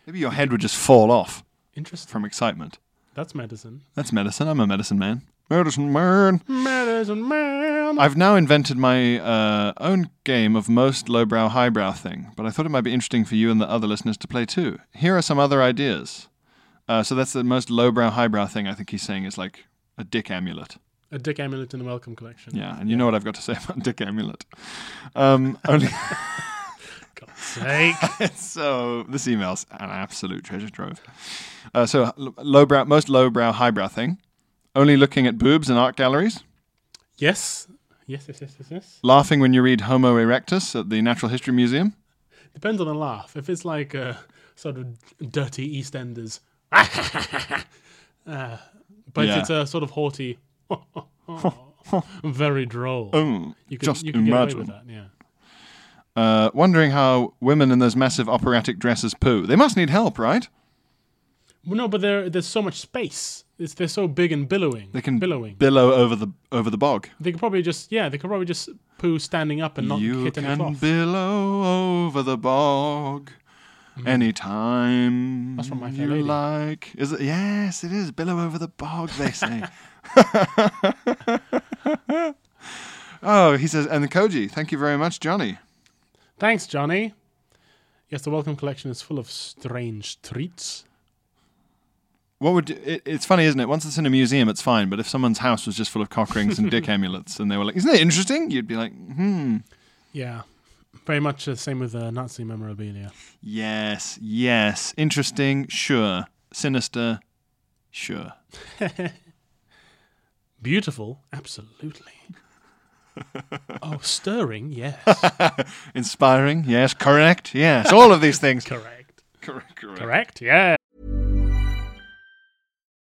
A: maybe your head would just fall off
B: Interesting.
A: from excitement?
B: That's medicine.
A: That's medicine. I'm a medicine man. Medicine man.
B: Medicine man.
A: I've now invented my uh, own game of most lowbrow highbrow thing, but I thought it might be interesting for you and the other listeners to play too. Here are some other ideas. Uh, so that's the most lowbrow highbrow thing I think he's saying is like a dick amulet.
B: A dick amulet in the welcome collection.
A: Yeah, and you know what I've got to say about dick amulet. Um, only
B: God's sake.
A: so this email's an absolute treasure trove. Uh, so l- lowbrow, most lowbrow highbrow thing. Only looking at boobs in art galleries?
B: Yes. Yes, yes, yes, yes, yes.
A: Laughing when you read Homo erectus at the Natural History Museum?
B: Depends on the laugh. If it's like a sort of dirty EastEnders, uh, but if
A: Yeah.
B: it's a sort of haughty, very droll.
A: Oh,
B: you can,
A: just
B: you can
A: imagine.
B: Get away with that, yeah.
A: Uh, wondering how women in those massive operatic dresses poo. They must need help, right?
B: Well, no, but there, there's so much space. It's, they're so big and billowing.
A: They can
B: billowing.
A: billow over the over the bog.
B: They could probably just yeah. They could probably just poo standing up and not
A: you
B: hit any
A: can
B: cloth.
A: billow over the bog anytime
B: Mm. That's from My Fair
A: you
B: Lady.
A: like. Is it? Yes, it is. Billow over the bog, they say. oh, he says, and the Koji, thank you very much, Johnny.
B: Thanks, Johnny. Yes, the welcome collection is full of strange treats.
A: What would it, it's funny, isn't it? Once it's in a museum, it's fine. But if someone's house was just full of cock rings and dick amulets, and they were like, "Isn't it interesting?" You'd be like, "Hmm,
B: Yeah, very much the same with the Nazi memorabilia.
A: yes, yes, interesting, sure, sinister, sure."
B: Beautiful, absolutely. oh, stirring, yes.
A: Inspiring, yes. Correct, yes. All of these things.
B: correct.
A: correct, correct.
B: Correct, yeah.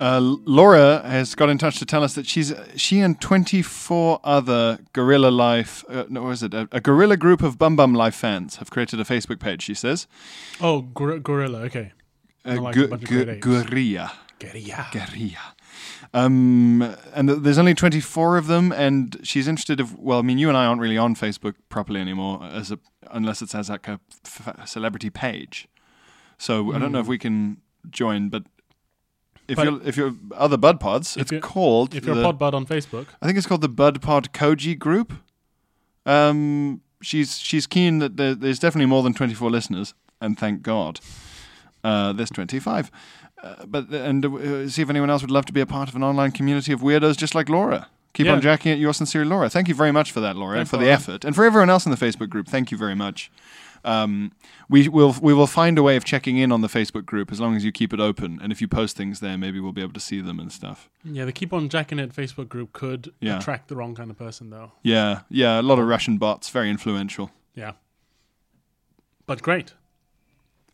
A: Uh, Laura has got in touch to tell us that she's she and 24 other Gorilla Life, uh, no, what is it? A, a Gorilla group of Bum Bum Life fans have created a Facebook page, she says.
B: Oh, gor- gorilla, okay.
A: Uh,
B: Like a
A: gu-
B: bunch of
A: gu-
B: great apes.
A: gorilla.
B: Gorilla.
A: Guerrilla. Um, and th- there's only 24 of them, and she's interested of. Well, I mean, you and I aren't really on Facebook properly anymore, as a, unless it's as like a f- celebrity page. So I don't know if we can join, but if
B: Hmm. But-
A: you're if you're other Bud Pods, it's
B: you're-
A: called.
B: If you're
A: the,
B: a podbud on Facebook,
A: I think it's called the Bud Pod Koji Group. Um, she's she's keen that there, there's definitely more than 24 listeners, and thank God, uh, there's 25. Uh, but and uh, see if anyone else would love to be a part of an online community of weirdos just like Laura. Keep
B: Yeah.
A: on jacking it, your sincere Laura. Thank you very much for that, Laura, and
B: Thanks,
A: for the
B: Laura.
A: effort, and for everyone else in the Facebook group. Thank you very much. Um, we will we will find a way of checking in on the Facebook group as long as you keep it open, and if you post things there, maybe we'll be able to see them and stuff.
B: yeah, the keep on jacking it Facebook group could
A: Yeah.
B: attract the wrong kind of person, though.
A: Yeah, yeah, a lot of Russian bots, very influential.
B: Yeah. But great.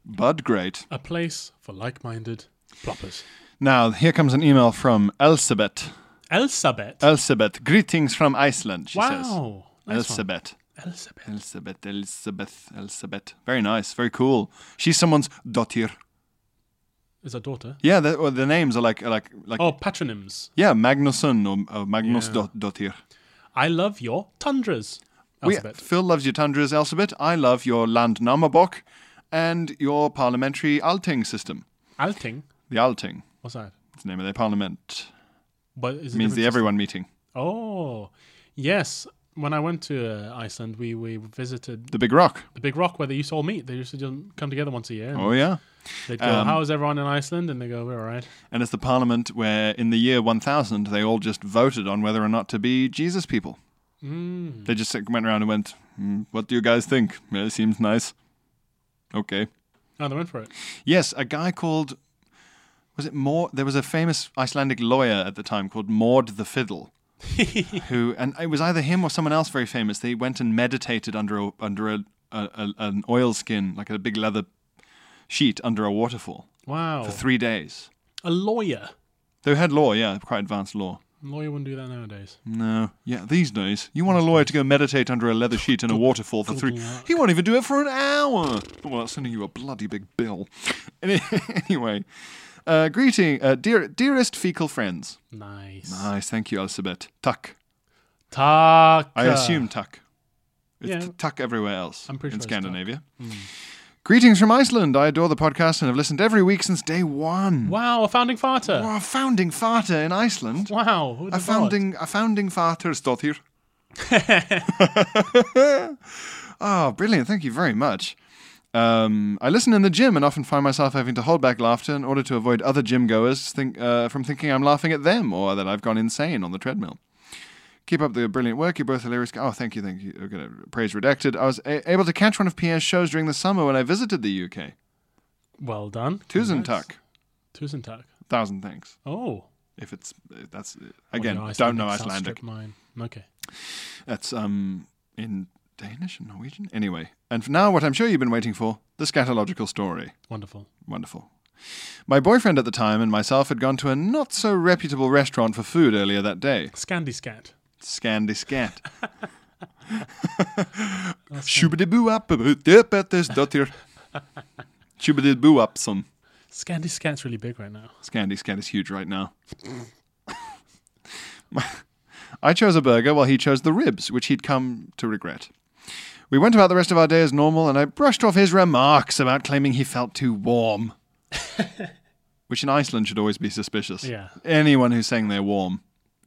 A: Bud great.
B: A place for like minded ploppers.
A: Now, here comes an email from Elsebet.
B: Elsabet.
A: Elsebet, greetings from Iceland, she says.
B: wow. Nice one.
A: Elsebet.
B: Elsabet.
A: Elsebet, Elsebeth, Elsebet. Very nice, very cool. She's someone's dotir.
B: Is that daughter?
A: Yeah, the, well, the names are like are like like
B: Oh, patronyms.
A: yeah, Magnusson or, or Magnus
B: Yeah.
A: dot Dotir.
B: I love your tundras.
A: We-
B: Elsabet.
A: Phil loves your tundras, Elsebet. I love your landnamabok and your parliamentary Alting system.
B: Alting.
A: The Alting,
B: What's that?
A: it's the name of their parliament.
B: But is
A: It means the
B: different-
A: everyone meeting.
B: Oh, yes. When I went to uh, Iceland, we, we visited
A: The big rock.
B: the big rock where they used to all meet. They used to just come together once a year. and
A: Oh yeah.
B: They'd go,
A: um,
B: "How's everyone in Iceland?" And they go, "We're all right."
A: And it's the parliament where, in the year 1000, they all just voted on whether or not to be Jesus people. They just like, went around and went, "Hmm, What do you guys think? Yeah, it seems nice. Okay.
B: Oh, they went for it.
A: Yes, a guy called, was it Maud? There was a famous Icelandic lawyer at the time called Maud the Fiddle, who, and it was either him or someone else very famous. They went and meditated under a, under a, a, a, an oilskin, like a big leather sheet under a waterfall
B: Wow.
A: for three days.
B: a lawyer.
A: They had law, yeah, quite advanced law.
B: A lawyer wouldn't do that nowadays.
A: No, yeah, these days you want a lawyer to go meditate under a leather sheet in a waterfall for three. He won't even do it for an hour. Well, that's sending you a bloody big bill. Any- anyway, uh, greeting, uh, dear, dearest fecal friends.
B: Nice.
A: Nice, thank you, Elizabeth. Tuck.
B: Taka.
A: I assume tuck. It's
B: Yeah.
A: t- tuck everywhere else
B: I'm pretty
A: in
B: sure it's tuck. Hmm.
A: Scandinavia. Greetings from Iceland. I adore the podcast and have listened every week since day one.
B: Wow, a founding farter.
A: Wow, founding farter in Iceland.
B: Wow. who'd
A: A
B: have thought?
A: founding, a founding father's daughter. oh, brilliant. Thank you very much. Um, I listen in the gym and often find myself having to hold back laughter in order to avoid other gym goers think, uh, from thinking I'm laughing at them or that I've gone insane on the treadmill. Keep up the brilliant work. You're both hilarious. Oh, thank you, thank you. Okay, praise redacted. I was a- able to catch one of Pierre's shows during the summer when I visited the UK.
B: Well done.
A: Tusen tuck.
B: Tusen tuck.
A: Thousand thanks.
B: Oh.
A: If it's if that's again,
B: Well, your
A: don't know
B: Icelandics
A: Icelandic.
B: outstrip Mine. Okay.
A: That's um in Danish and Norwegian. Anyway, and for now what I'm sure you've been waiting for, the scatological story.
B: Wonderful.
A: Wonderful. My boyfriend at the time and myself had gone to a not so reputable restaurant for food earlier that day.
B: Scandi scat.
A: Scandy scat. Shubidiboo up dip at this dotir. Shubidiboo up son.
B: Scandi scat's really big right now.
A: Scandy Scat is huge right now. I chose a burger while he chose the ribs, which he'd come to regret. We went about the rest of our day as normal, and I brushed off his remarks about claiming he felt too warm. which in Iceland should always be suspicious.
B: Yeah.
A: Anyone who's saying they're warm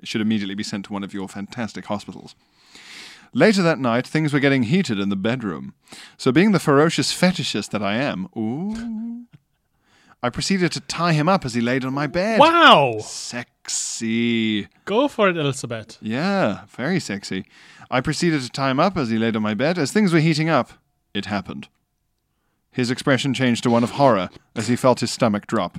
A: should immediately be sent to one of your fantastic hospitals. Later that night, things were getting heated in the bedroom. So, being the ferocious fetishist that I am, ooh, I proceeded to tie him up as he laid on my bed.
B: Wow.
A: Sexy.
B: Go for it, Elizabeth.
A: Yeah, very sexy. I proceeded to tie him up as he laid on my bed. As things were heating up, it happened. His expression changed to one of horror as he felt his stomach drop.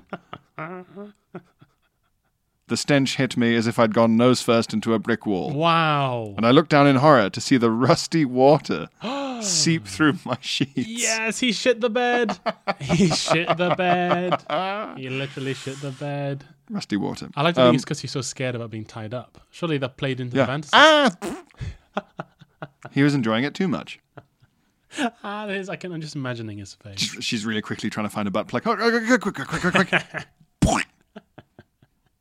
A: The stench hit me as if I'd gone nose first into a brick wall
B: Wow.
A: and I looked down in horror to see the rusty water seep through my sheets.
B: Yes, he shit the bed. he shit the bed. He literally shit the bed.
A: Rusty water. Um,
B: I like to think it's because he's so scared about being tied up. Surely that played into
A: Yeah.
B: the fantasy.
A: Ah! he was enjoying it too much.
B: Ah, there's, I can, I'm just imagining his face.
A: She's she's really quickly trying to find a butt plug. Oh, oh, quick, quick, quick, quick, quick, quick. Boing.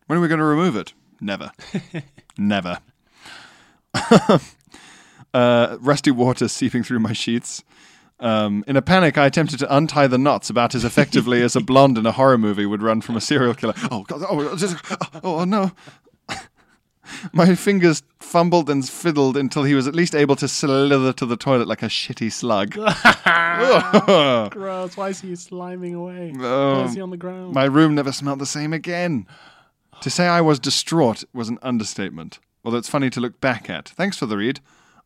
A: when are we going to remove it? Never. Never. uh, rusty water seeping through my sheets. Um, in a panic, I attempted to untie the knots about as effectively as a blonde in a horror movie would run from a serial killer. Oh, God. Oh, just, oh, oh no. My fingers fumbled and fiddled until he was at least able to slither to the toilet like a shitty slug.
B: Gross. Why is he sliming away? Why is he on the ground?
A: Um, My room never smelled the same again. To say I was distraught was an understatement, although it's funny to look back at. Thanks for the read.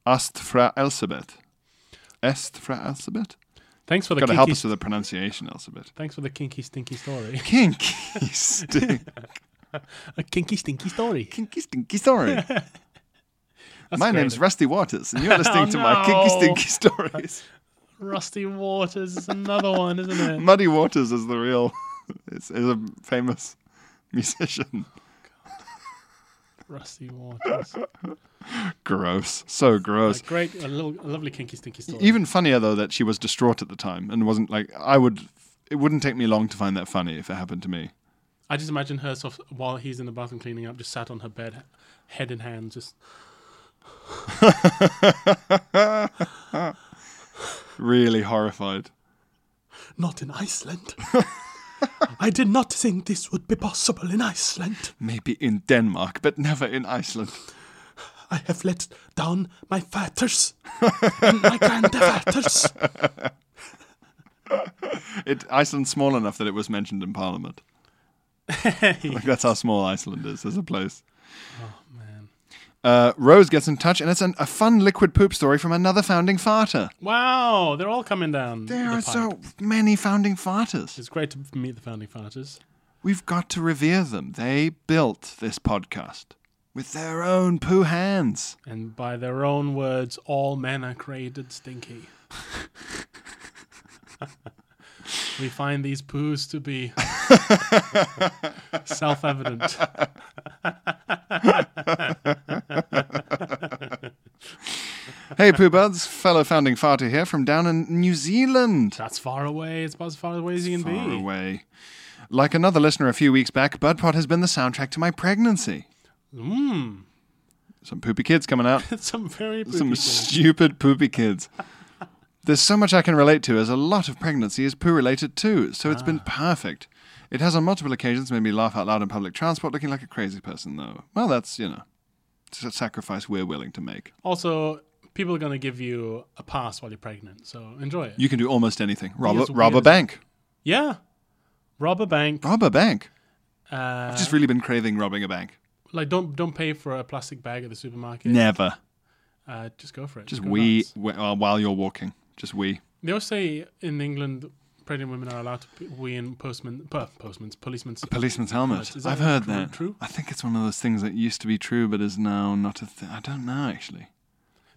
A: Ast fra Elsebet. Est fra Elsebet?
B: Thanks for the
A: Gotta help
B: kinky.
A: us with the pronunciation, Elsebet.
B: Thanks for the kinky stinky story.
A: Kinky, stink,
B: A kinky stinky story.
A: kinky, stinky story. my
B: great.
A: name's Rusty Waters, and you're listening
B: Oh,
A: to my kinky,
B: no.
A: stinky stories.
B: Rusty Waters is another one, isn't it?
A: Muddy Waters is the real, is, is a famous musician.
B: Rusty Waters.
A: Gross. So gross.
B: A great, a, little, a lovely kinky stinky story.
A: Even funnier though that she was distraught at the time and wasn't like I would. It wouldn't take me long to find that funny if it happened to me.
B: I just imagine her sort of, while he's in the bathroom cleaning up, just sat on her bed, head in hand, just
A: Really horrified.
B: not in Iceland. I did not think this would be possible in Iceland.
A: Maybe in Denmark, but never in Iceland.
B: I have let down my fathers and my grandfathers.
A: It Iceland's small enough that it was mentioned in Parliament. like that's how small Iceland is as a place. Oh man. Uh, Rose gets in touch, and it's an, a fun liquid poop story from another founding farter.
B: Wow,
A: Mm,
B: they're all coming down.
A: There
B: the
A: are
B: pipe.
A: so many founding farters.
B: It's great to meet the founding fathers.
A: We've got to revere them. They built this podcast with their own poo hands.
B: And by their own words, all men are created stinky. we find these poos to be self evident.
A: Hey, Pooh Buds, fellow founding farter here from down in New Zealand.
B: That's far away. It's about as far away as you can
A: Far
B: be.
A: away. Like another listener a few weeks back, Budpod has been the soundtrack to my pregnancy.
B: Mmm.
A: Some poopy kids coming out.
B: Some very poopy
A: Some
B: things.
A: stupid poopy kids. There's so much I can relate to, as a lot of pregnancy is poo related too, so it's been
B: Ah.
A: perfect. It has on multiple occasions made me laugh out loud in public transport, looking like a crazy person, though. Well, that's, you know, it's a sacrifice we're willing to make.
B: Also, people are going to give you a pass while you're pregnant, so enjoy it.
A: You can do almost anything. Rob,
B: it's
A: a, rob a
B: weird.
A: bank.
B: yeah. Rob a bank.
A: Rob a bank.
B: Uh,
A: I've just really been craving robbing a bank.
B: like, don't don't pay for a plastic bag at the supermarket.
A: Never.
B: Uh, just go for it.
A: Just
B: Go
A: wee
B: nuts.
A: wh- uh, while you're walking. Just wee.
B: They always say in England, pregnant women are allowed to p- wee in postmen, pu- postmen's, policemen's.
A: Policeman's helmet.
B: Is that
A: I've heard
B: true-
A: that.
B: true?
A: I think it's one of those things that used to be true, but is now not a thing. I don't know actually.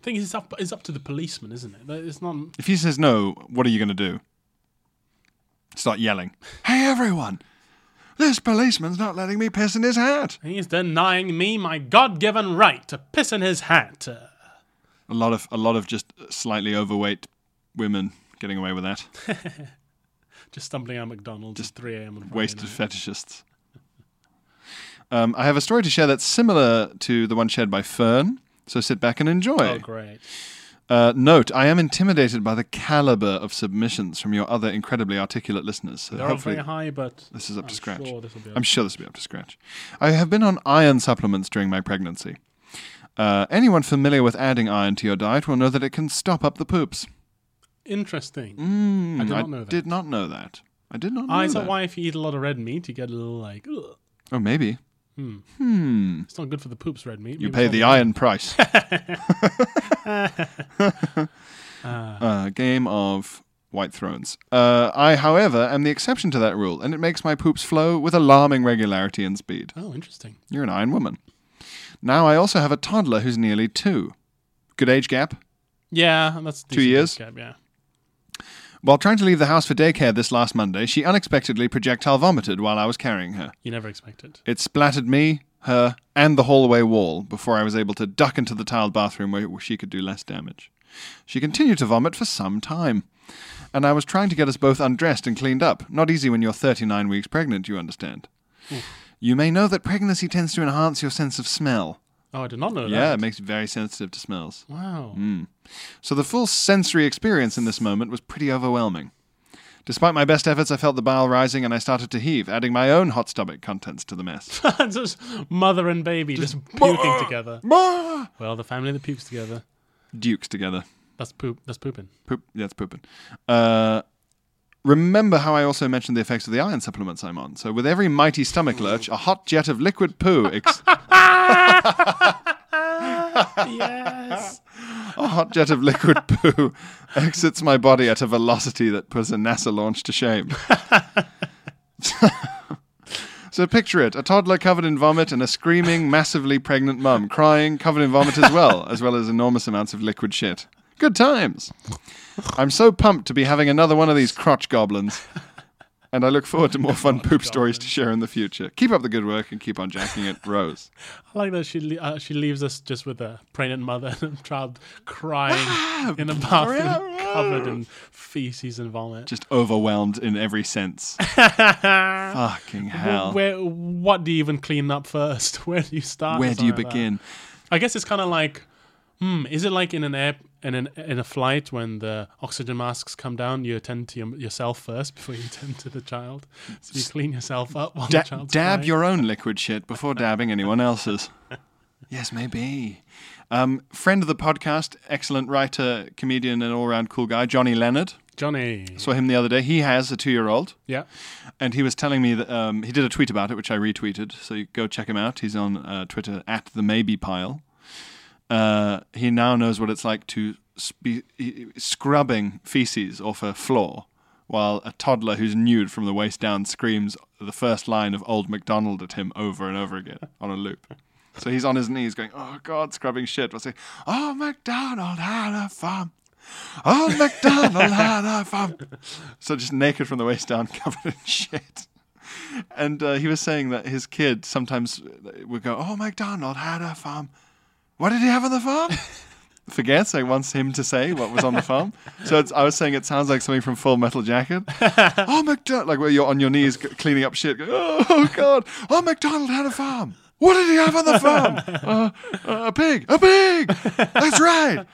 B: thing is, it's up, it's up to the policeman, isn't it? That- It's not.
A: If he says no, what are you going to do? Start yelling. Hey everyone! This policeman's not letting me piss in his hat.
B: He's denying me my God-given right to piss in his hat. Uh,
A: A lot of a lot of just slightly overweight women getting away with that.
B: just stumbling out McDonald's. Just 3 a.m. on Friday
A: Waste of
B: night.
A: fetishists. Um, I have a story to share that's similar to the one shared by Fern. So sit back and enjoy.
B: Oh, great.
A: Uh, note, I am intimidated by the caliber of submissions from your other incredibly articulate listeners. So
B: They're all
A: hopefully
B: very high, but
A: this is up to
B: I'm
A: scratch.
B: Sure this will be up.
A: I'm sure this will be up to scratch. I have been on iron supplements during my pregnancy. Uh, anyone familiar with adding iron to your diet will know that it can stop up the poops.
B: Interesting.
A: Mm,
B: I did not know that.
A: did not know that. I did not know
B: I
A: that.
B: thought why if you eat a lot of red meat, you get a little like, ugh,
A: Oh, maybe.
B: Hmm.
A: Hmm.
B: it's not good for the poops, red meat.
A: You
B: Maybe
A: pay
B: it's
A: the
B: not-
A: iron price. uh, game of White Thrones. Uh, I, however, am the exception to that rule, and it makes my poops flow with alarming regularity and speed.
B: Oh, interesting.
A: You're an iron woman. Now I also have a toddler who's nearly two. Good age gap.
B: Yeah, that's a
A: Two
B: decent
A: years?
B: Cap, yeah.
A: While trying to leave the house for daycare this last Monday, she unexpectedly projectile vomited while I was carrying her.
B: You never expect it.
A: It splattered me, her, and the hallway wall before I was able to duck into the tiled bathroom where she could do less damage. She continued to vomit for some time, and I was trying to get us both undressed and cleaned up. Not easy when you're 39 weeks pregnant, you understand. You may know that pregnancy tends to enhance your sense of smell.
B: Oh, I did not know
A: yeah,
B: that.
A: it makes Hmm. you very sensitive to smells.
B: Wow.
A: So the full sensory experience in this moment was pretty overwhelming. Despite my best efforts, I felt the bile rising and I started to heave, adding my own hot stomach contents to the mess.
B: just mother and baby just, puking together.
A: Bah!
B: Well, the family that pukes together.
A: Dukes together.
B: That's poop. That's pooping.
A: Poop. That's pooping. Uh, remember how I also mentioned the effects of the iron supplements I'm on. So with every mighty stomach lurch, a hot jet of liquid poo, ex-
B: yes.
A: a hot jet of liquid poo, exits my body at a velocity that puts a NASA launch to shame. so picture it: a toddler covered in vomit and a screaming, massively pregnant mum crying, covered in vomit as well, as well as enormous amounts of liquid shit. Good times. I'm so pumped to be having another one of these crotch goblins. And I look forward to more fun poop stories to share in the future. Keep up the good work and keep on jacking it, Rose.
B: I like that she le- uh, she leaves us just with a pregnant mother and child
A: Ah,
B: crying in a bathroom covered in feces and vomit.
A: Just overwhelmed in every sense. Fucking hell.
B: Where, what do you even clean up first? Where do you start?
A: Where
B: with
A: do you
B: something like that?
A: begin?
B: I guess it's kind of like, hmm, is it like in an air in an in a flight when the oxygen masks come down, you attend to your, yourself first before you attend to the child, so you clean yourself up while
A: Da-
B: the child's
A: dab
B: crying.
A: your own liquid shit before dabbing anyone else's. Yes, maybe. Um, friend of the podcast, excellent writer, comedian, and all round cool guy, Johnny Leonard.
B: Johnny.
A: Saw him the other day. He has a two year old,
B: Yeah,
A: and he was telling me that um, he did a tweet about it, which I retweeted. So you go check him out. He's on uh, Twitter at the Maybe Pile. Uh, he now knows what it's like to sp- scrubbing feces off a floor while a toddler who's nude from the waist down screams the first line of Old MacDonald at him over and over again on a loop. So he's on his knees going, Oh God, scrubbing shit. What's he? Oh, MacDonald had a farm. Oh, MacDonald had a farm. So just naked from the waist down, covered in shit. And uh, he was saying that his kid sometimes would go, Oh, MacDonald had a farm. What did he have on the farm? Forgets. I wants him to say what was on the farm. So it's, I was saying it sounds like something from Full Metal Jacket. oh, MacDonald. Like where you're on your knees c- cleaning up shit. Go, oh, God. Oh, MacDonald had a farm. What did he have on the farm? Uh, uh, a pig. A pig. That's right.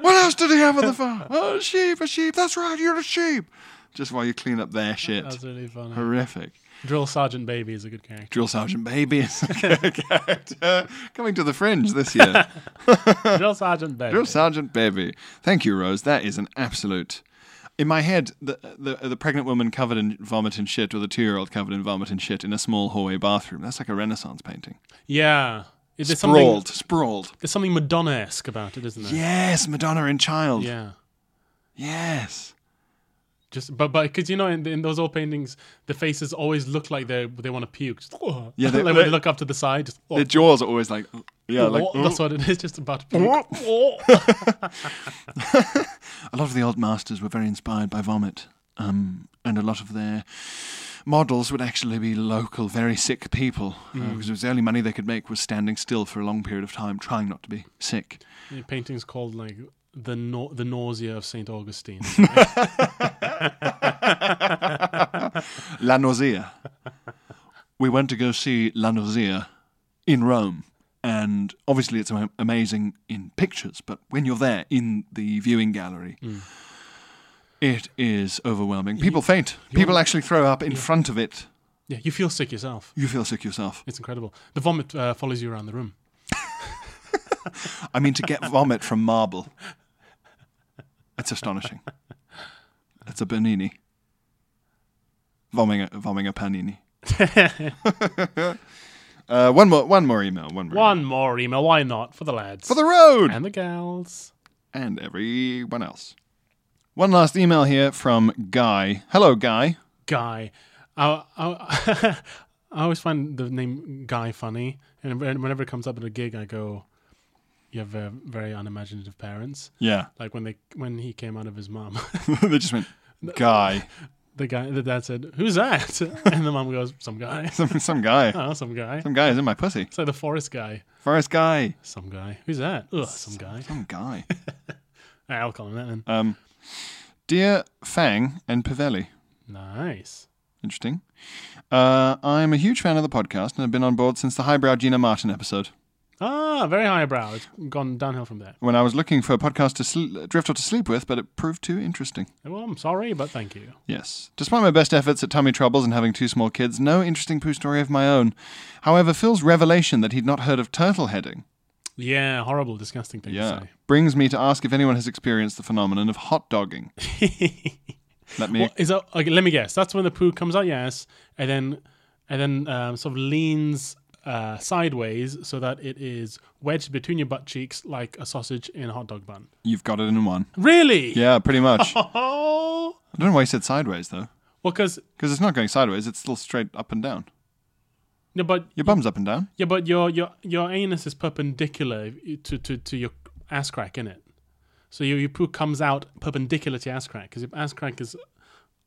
A: What else did he have on the farm? Oh, a sheep. A sheep. That's right. You're a sheep. Just while you clean up their shit.
B: That's really funny.
A: Horrific.
B: Drill Sergeant Baby is a good character.
A: Drill Sergeant Baby is a good character coming to the fringe this year.
B: Drill Sergeant Baby.
A: Drill Sergeant Baby. Thank you, Rose. That is an absolute. In my head, the, the the pregnant woman covered in vomit and shit, or the two year old covered in vomit and shit in a small hallway bathroom. That's like a Renaissance painting.
B: yeah. Is there something,
A: Sprawled, sprawled.
B: there's something Madonna esque about it, isn't there?
A: Yes, Madonna and Child.
B: Yeah.
A: Yes.
B: Just, but but because you know in, in those old paintings the faces always look like they they want to puke. Just,
A: Yeah, they-
B: like when
A: they-
B: they look up to the side. Just,
A: Their jaws are always like, yeah, like. mm.
B: that's what it is. Just about to puke.
A: a lot of the old masters were very inspired by vomit, um, and a lot of their models would actually be local, very sick people uh, because it was the only money they could make was standing still for a long period of time, trying not to be sick.
B: The painting's called like the no- the nausea of Saint Augustine.
A: La Nausea. we went to go see La Nausea in Rome. And obviously, it's am- amazing in pictures, but when you're there in the viewing gallery, it is overwhelming. People faint. People actually throw up in front of it.
B: yeah, you feel sick yourself.
A: You feel sick yourself.
B: It's incredible. The vomit uh, follows you around the room.
A: I mean, to get vomit from marble, it's astonishing. It's a panini. Vomiting, a, vomiting a panini. uh, one more, one more email. One more. email.
B: One more email, why not? For the lads.
A: for the road
B: and the gals.
A: and everyone else. One last email here from Guy. Hello, Guy.
B: Guy. I, I, I always find the name Guy funny. And when- whenever it comes up at a gig, I go, You have uh, very unimaginative parents.
A: Yeah,
B: Like when they when he came out of his mom,
A: they just went Guy.
B: the guy the dad said, "Who's that?" And the mom goes, "Some guy,
A: Some some guy.
B: oh, some guy."
A: Some guy is in my pussy.
B: It's like the forest guy,
A: Forest Guy.
B: some guy. Who's that? Ugh, some guy.
A: Some guy.
B: All right, I'll call him that then.
A: Um, dear Fang and Pavelli.
B: nice.
A: Interesting. Uh, I'm a huge fan of the podcast and have been on board since the highbrow Gina Martin episode.
B: Ah, very highbrow. It's gone downhill from there.
A: When I was looking for a podcast to sl- drift off to sleep with, but it proved too interesting.
B: Well, I'm sorry, but thank you.
A: Yes. Despite my best efforts at tummy troubles and having two small kids, no interesting poo story of my own. However, Phil's revelation that he'd not heard of turtle heading
B: Yeah, horrible, disgusting thing
A: yeah,
B: to
A: brings me to ask if anyone has experienced the phenomenon of hot dogging.
B: say.
A: Let me.
B: Well, is that, okay, let me guess. That's when the poo comes out, yes, and then and then um, sort of leans uh, sideways so that it is wedged between your butt cheeks like a sausage in a hot dog bun.
A: You've got it in one.
B: Really?
A: Yeah, pretty much. I
B: Oh.
A: don't know why he said sideways, though.
B: Well, because
A: Because it's not going sideways, it's still straight up and down.
B: no, but
A: Your bum's up and down.
B: yeah, but your your your anus is perpendicular to to, to your ass crack in it. So your, your poo comes out perpendicular to your ass crack because your ass crack is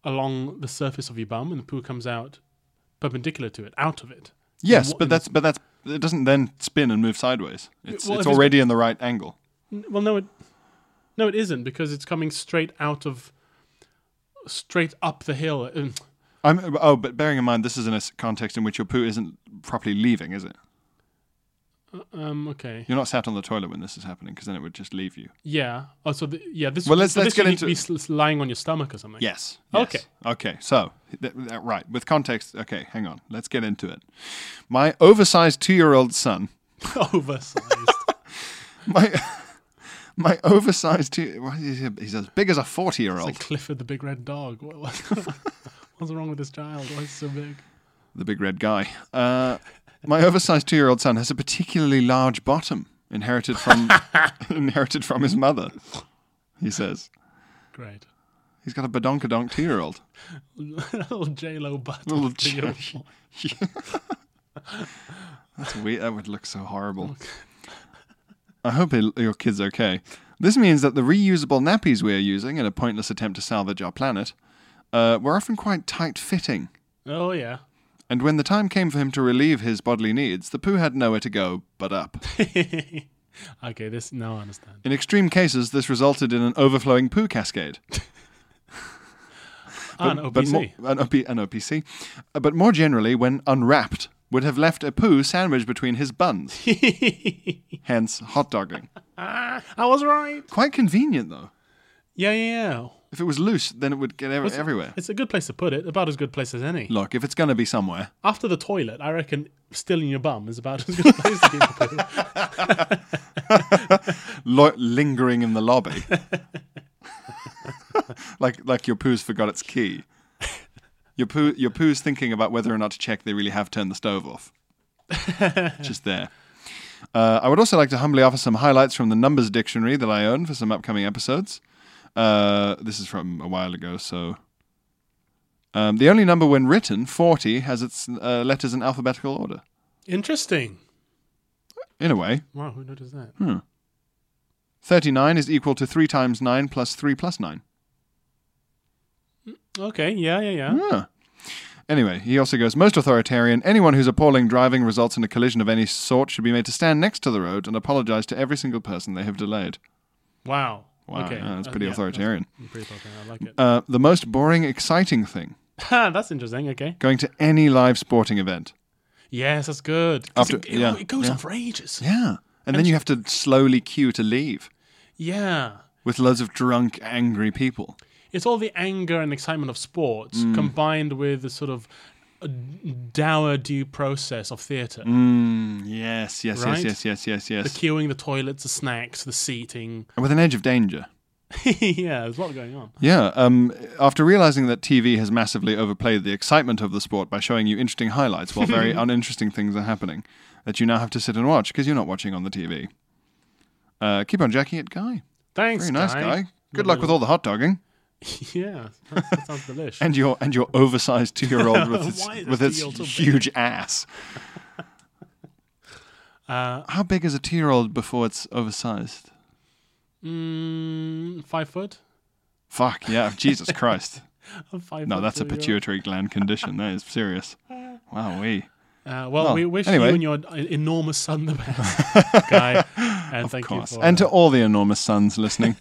B: along the surface of your bum, and the poo comes out perpendicular to it, out of it.
A: Yes,
B: what-
A: but that's but that's it doesn't then spin and move sideways. It's
B: Well,
A: it's
B: if it's-
A: already in the right angle.
B: N- Well, no, it no, it isn't because it's coming straight out of straight up the hill. Um,
A: I'm oh, but bearing in mind this is in a s- context in which your poo isn't properly leaving, is it?
B: Um, okay,
A: You're not sat on the toilet when this is happening because then it would just leave you.
B: yeah. Oh, so the, yeah, this.
A: Well, let's-
B: so
A: let's
B: this you
A: get
B: need to
A: into-
B: be s- lying on your stomach or something.
A: Yes.
B: Okay.
A: yes. Okay. So th- th- right with context. Okay, hang on. Let's get into it. My oversized two-year-old son.
B: oversized.
A: My my oversized two. why is he- He's as big as a
B: It's
A: forty-year-old.
B: like Clifford the Big Red Dog. What, what- what's wrong with this child? Why is he so big?
A: the big red guy. Uh, my oversized two-year-old son has a particularly large bottom inherited from inherited from his mother. He says
B: Great.
A: He's got a badonkadonk two year old.
B: little J Lo butt.
A: Little
B: It's beautiful.
A: That's weird. That would look so horrible. I hope it, your kid's okay. This means that the reusable nappies we are using in a pointless attempt to salvage our planet uh, were often quite tight fitting.
B: Oh yeah.
A: And when the time came for him to relieve his bodily needs, the poo had nowhere to go but up.
B: okay, this now I understand.
A: In extreme cases, this resulted in an overflowing poo cascade.
B: Ah, an
A: But
B: OPC.
A: mo- an, OP, an OPC. Uh, but more generally, when unwrapped, would have left a poo sandwich between his buns. Hence, hot dogging.
B: I was right.
A: Quite convenient, though.
B: Yeah, yeah, yeah.
A: If it was loose, then it would get ev-
B: What's-
A: everywhere.
B: It's a good place to put it. About as good place as any.
A: Look, if it's going to be somewhere,
B: After the toilet, I reckon still in your bum is about as good a place to keep the poo.
A: lo- lingering in the lobby, like like your poo's forgot its key. Your poo, your poo's thinking about whether or not to check they really have turned the stove off. Just there. Uh, I would also like to humbly offer some highlights from the numbers dictionary that I own for some upcoming episodes. Uh, this is from a while ago, so. Um, the only number when written, 40, has its uh, letters in alphabetical order.
B: Interesting.
A: In a way,
B: Wow, who noticed that?
A: Hmm. 39 is equal to 3 times 9 plus 3 plus 9.
B: Okay, yeah, yeah, yeah.
A: Huh. Anyway, he also goes most authoritarian. Anyone whose appalling driving results in a collision of any sort should be made to stand next to the road and apologize to every single person they have delayed.
B: Wow.
A: Wow,
B: okay.
A: yeah, that's
B: Uh,
A: pretty
B: yeah,
A: authoritarian.
B: that's pretty authoritarian. I like it.
A: Uh, the most boring, exciting thing
B: Ha, that's interesting. Okay.
A: going to any live sporting event.
B: Yes, that's good. 'Cause
A: After-
B: it, it-
A: yeah,
B: it goes
A: yeah.
B: on for ages. Yeah.
A: Yeah. And then you have to slowly queue to leave with loads of drunk, angry people.
B: It's all the anger and excitement of sports
A: Mm.
B: combined with the sort of uh, dour due process of theatre.
A: Yes, yes,
B: Right?
A: yes, yes, Mm, yes, yes,
B: The
A: yes.
B: queuing, the toilets, the snacks, the seating.
A: and with an edge of danger.
B: yeah, there's a lot going on.
A: Yeah. Um, after realizing that TV has massively overplayed the excitement of the sport by showing you interesting highlights while very uninteresting things are happening, that you now have to sit and watch because you're not watching on the TV. Uh, keep on jacking it, Guy.
B: Thanks,
A: Very nice, Guy. Good luck with all the hot dogging
B: yeah, that, that sounds delish.
A: and your and your oversized two year old with
B: Why
A: its,
B: is
A: with
B: the
A: its
B: two-year-old so big?
A: huge ass.
B: Uh,
A: How big is a two year old before it's oversized?
B: mm, five foot.
A: Fuck yeah! Jesus Christ!
B: A Five
A: No,
B: foot
A: that's a
B: two-year-old.
A: pituitary gland condition. That is serious. Wow, we.
B: Uh, well,
A: Well,
B: we wish
A: Oh, anyway.
B: you and your uh, enormous son the best, Guy. And thank
A: course.
B: you for
A: And to all the enormous sons listening.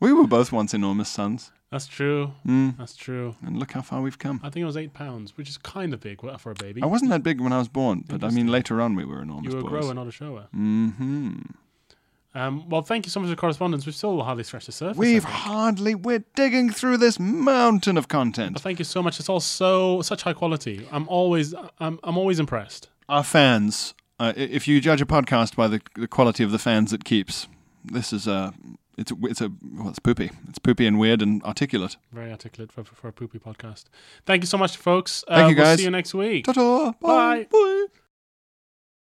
A: we were both once enormous sons,
B: That's true.
A: Mm.
B: That's true.
A: and look how far we've come.
B: I think it was eight pounds, which is kind of big for a baby.
A: I wasn't that big when I was born, but I mean, later on we were
B: you
A: enormous
B: were a
A: boys.
B: grower, not a shower.
A: hmm
B: Um, well, thank you so much for the correspondence. We've still hardly scratched the surface. I
A: We've
B: think.
A: hardly, we're digging through this mountain of
B: But
A: content.
B: thank you so much. It's all so such high quality. I'm always I'm I'm always impressed.
A: Our fans, uh, i- if you judge a podcast by the, the quality of the fans it keeps, this is a, it's, a- it's a, well, it's poopy. It's poopy and weird and articulate.
B: Very articulate for, for a poopy podcast. Thank you so much, folks. Uh,
A: Thank you,
B: We'll
A: guys.
B: see you next week.
A: Ta-ta!
B: Bye.
A: Bye!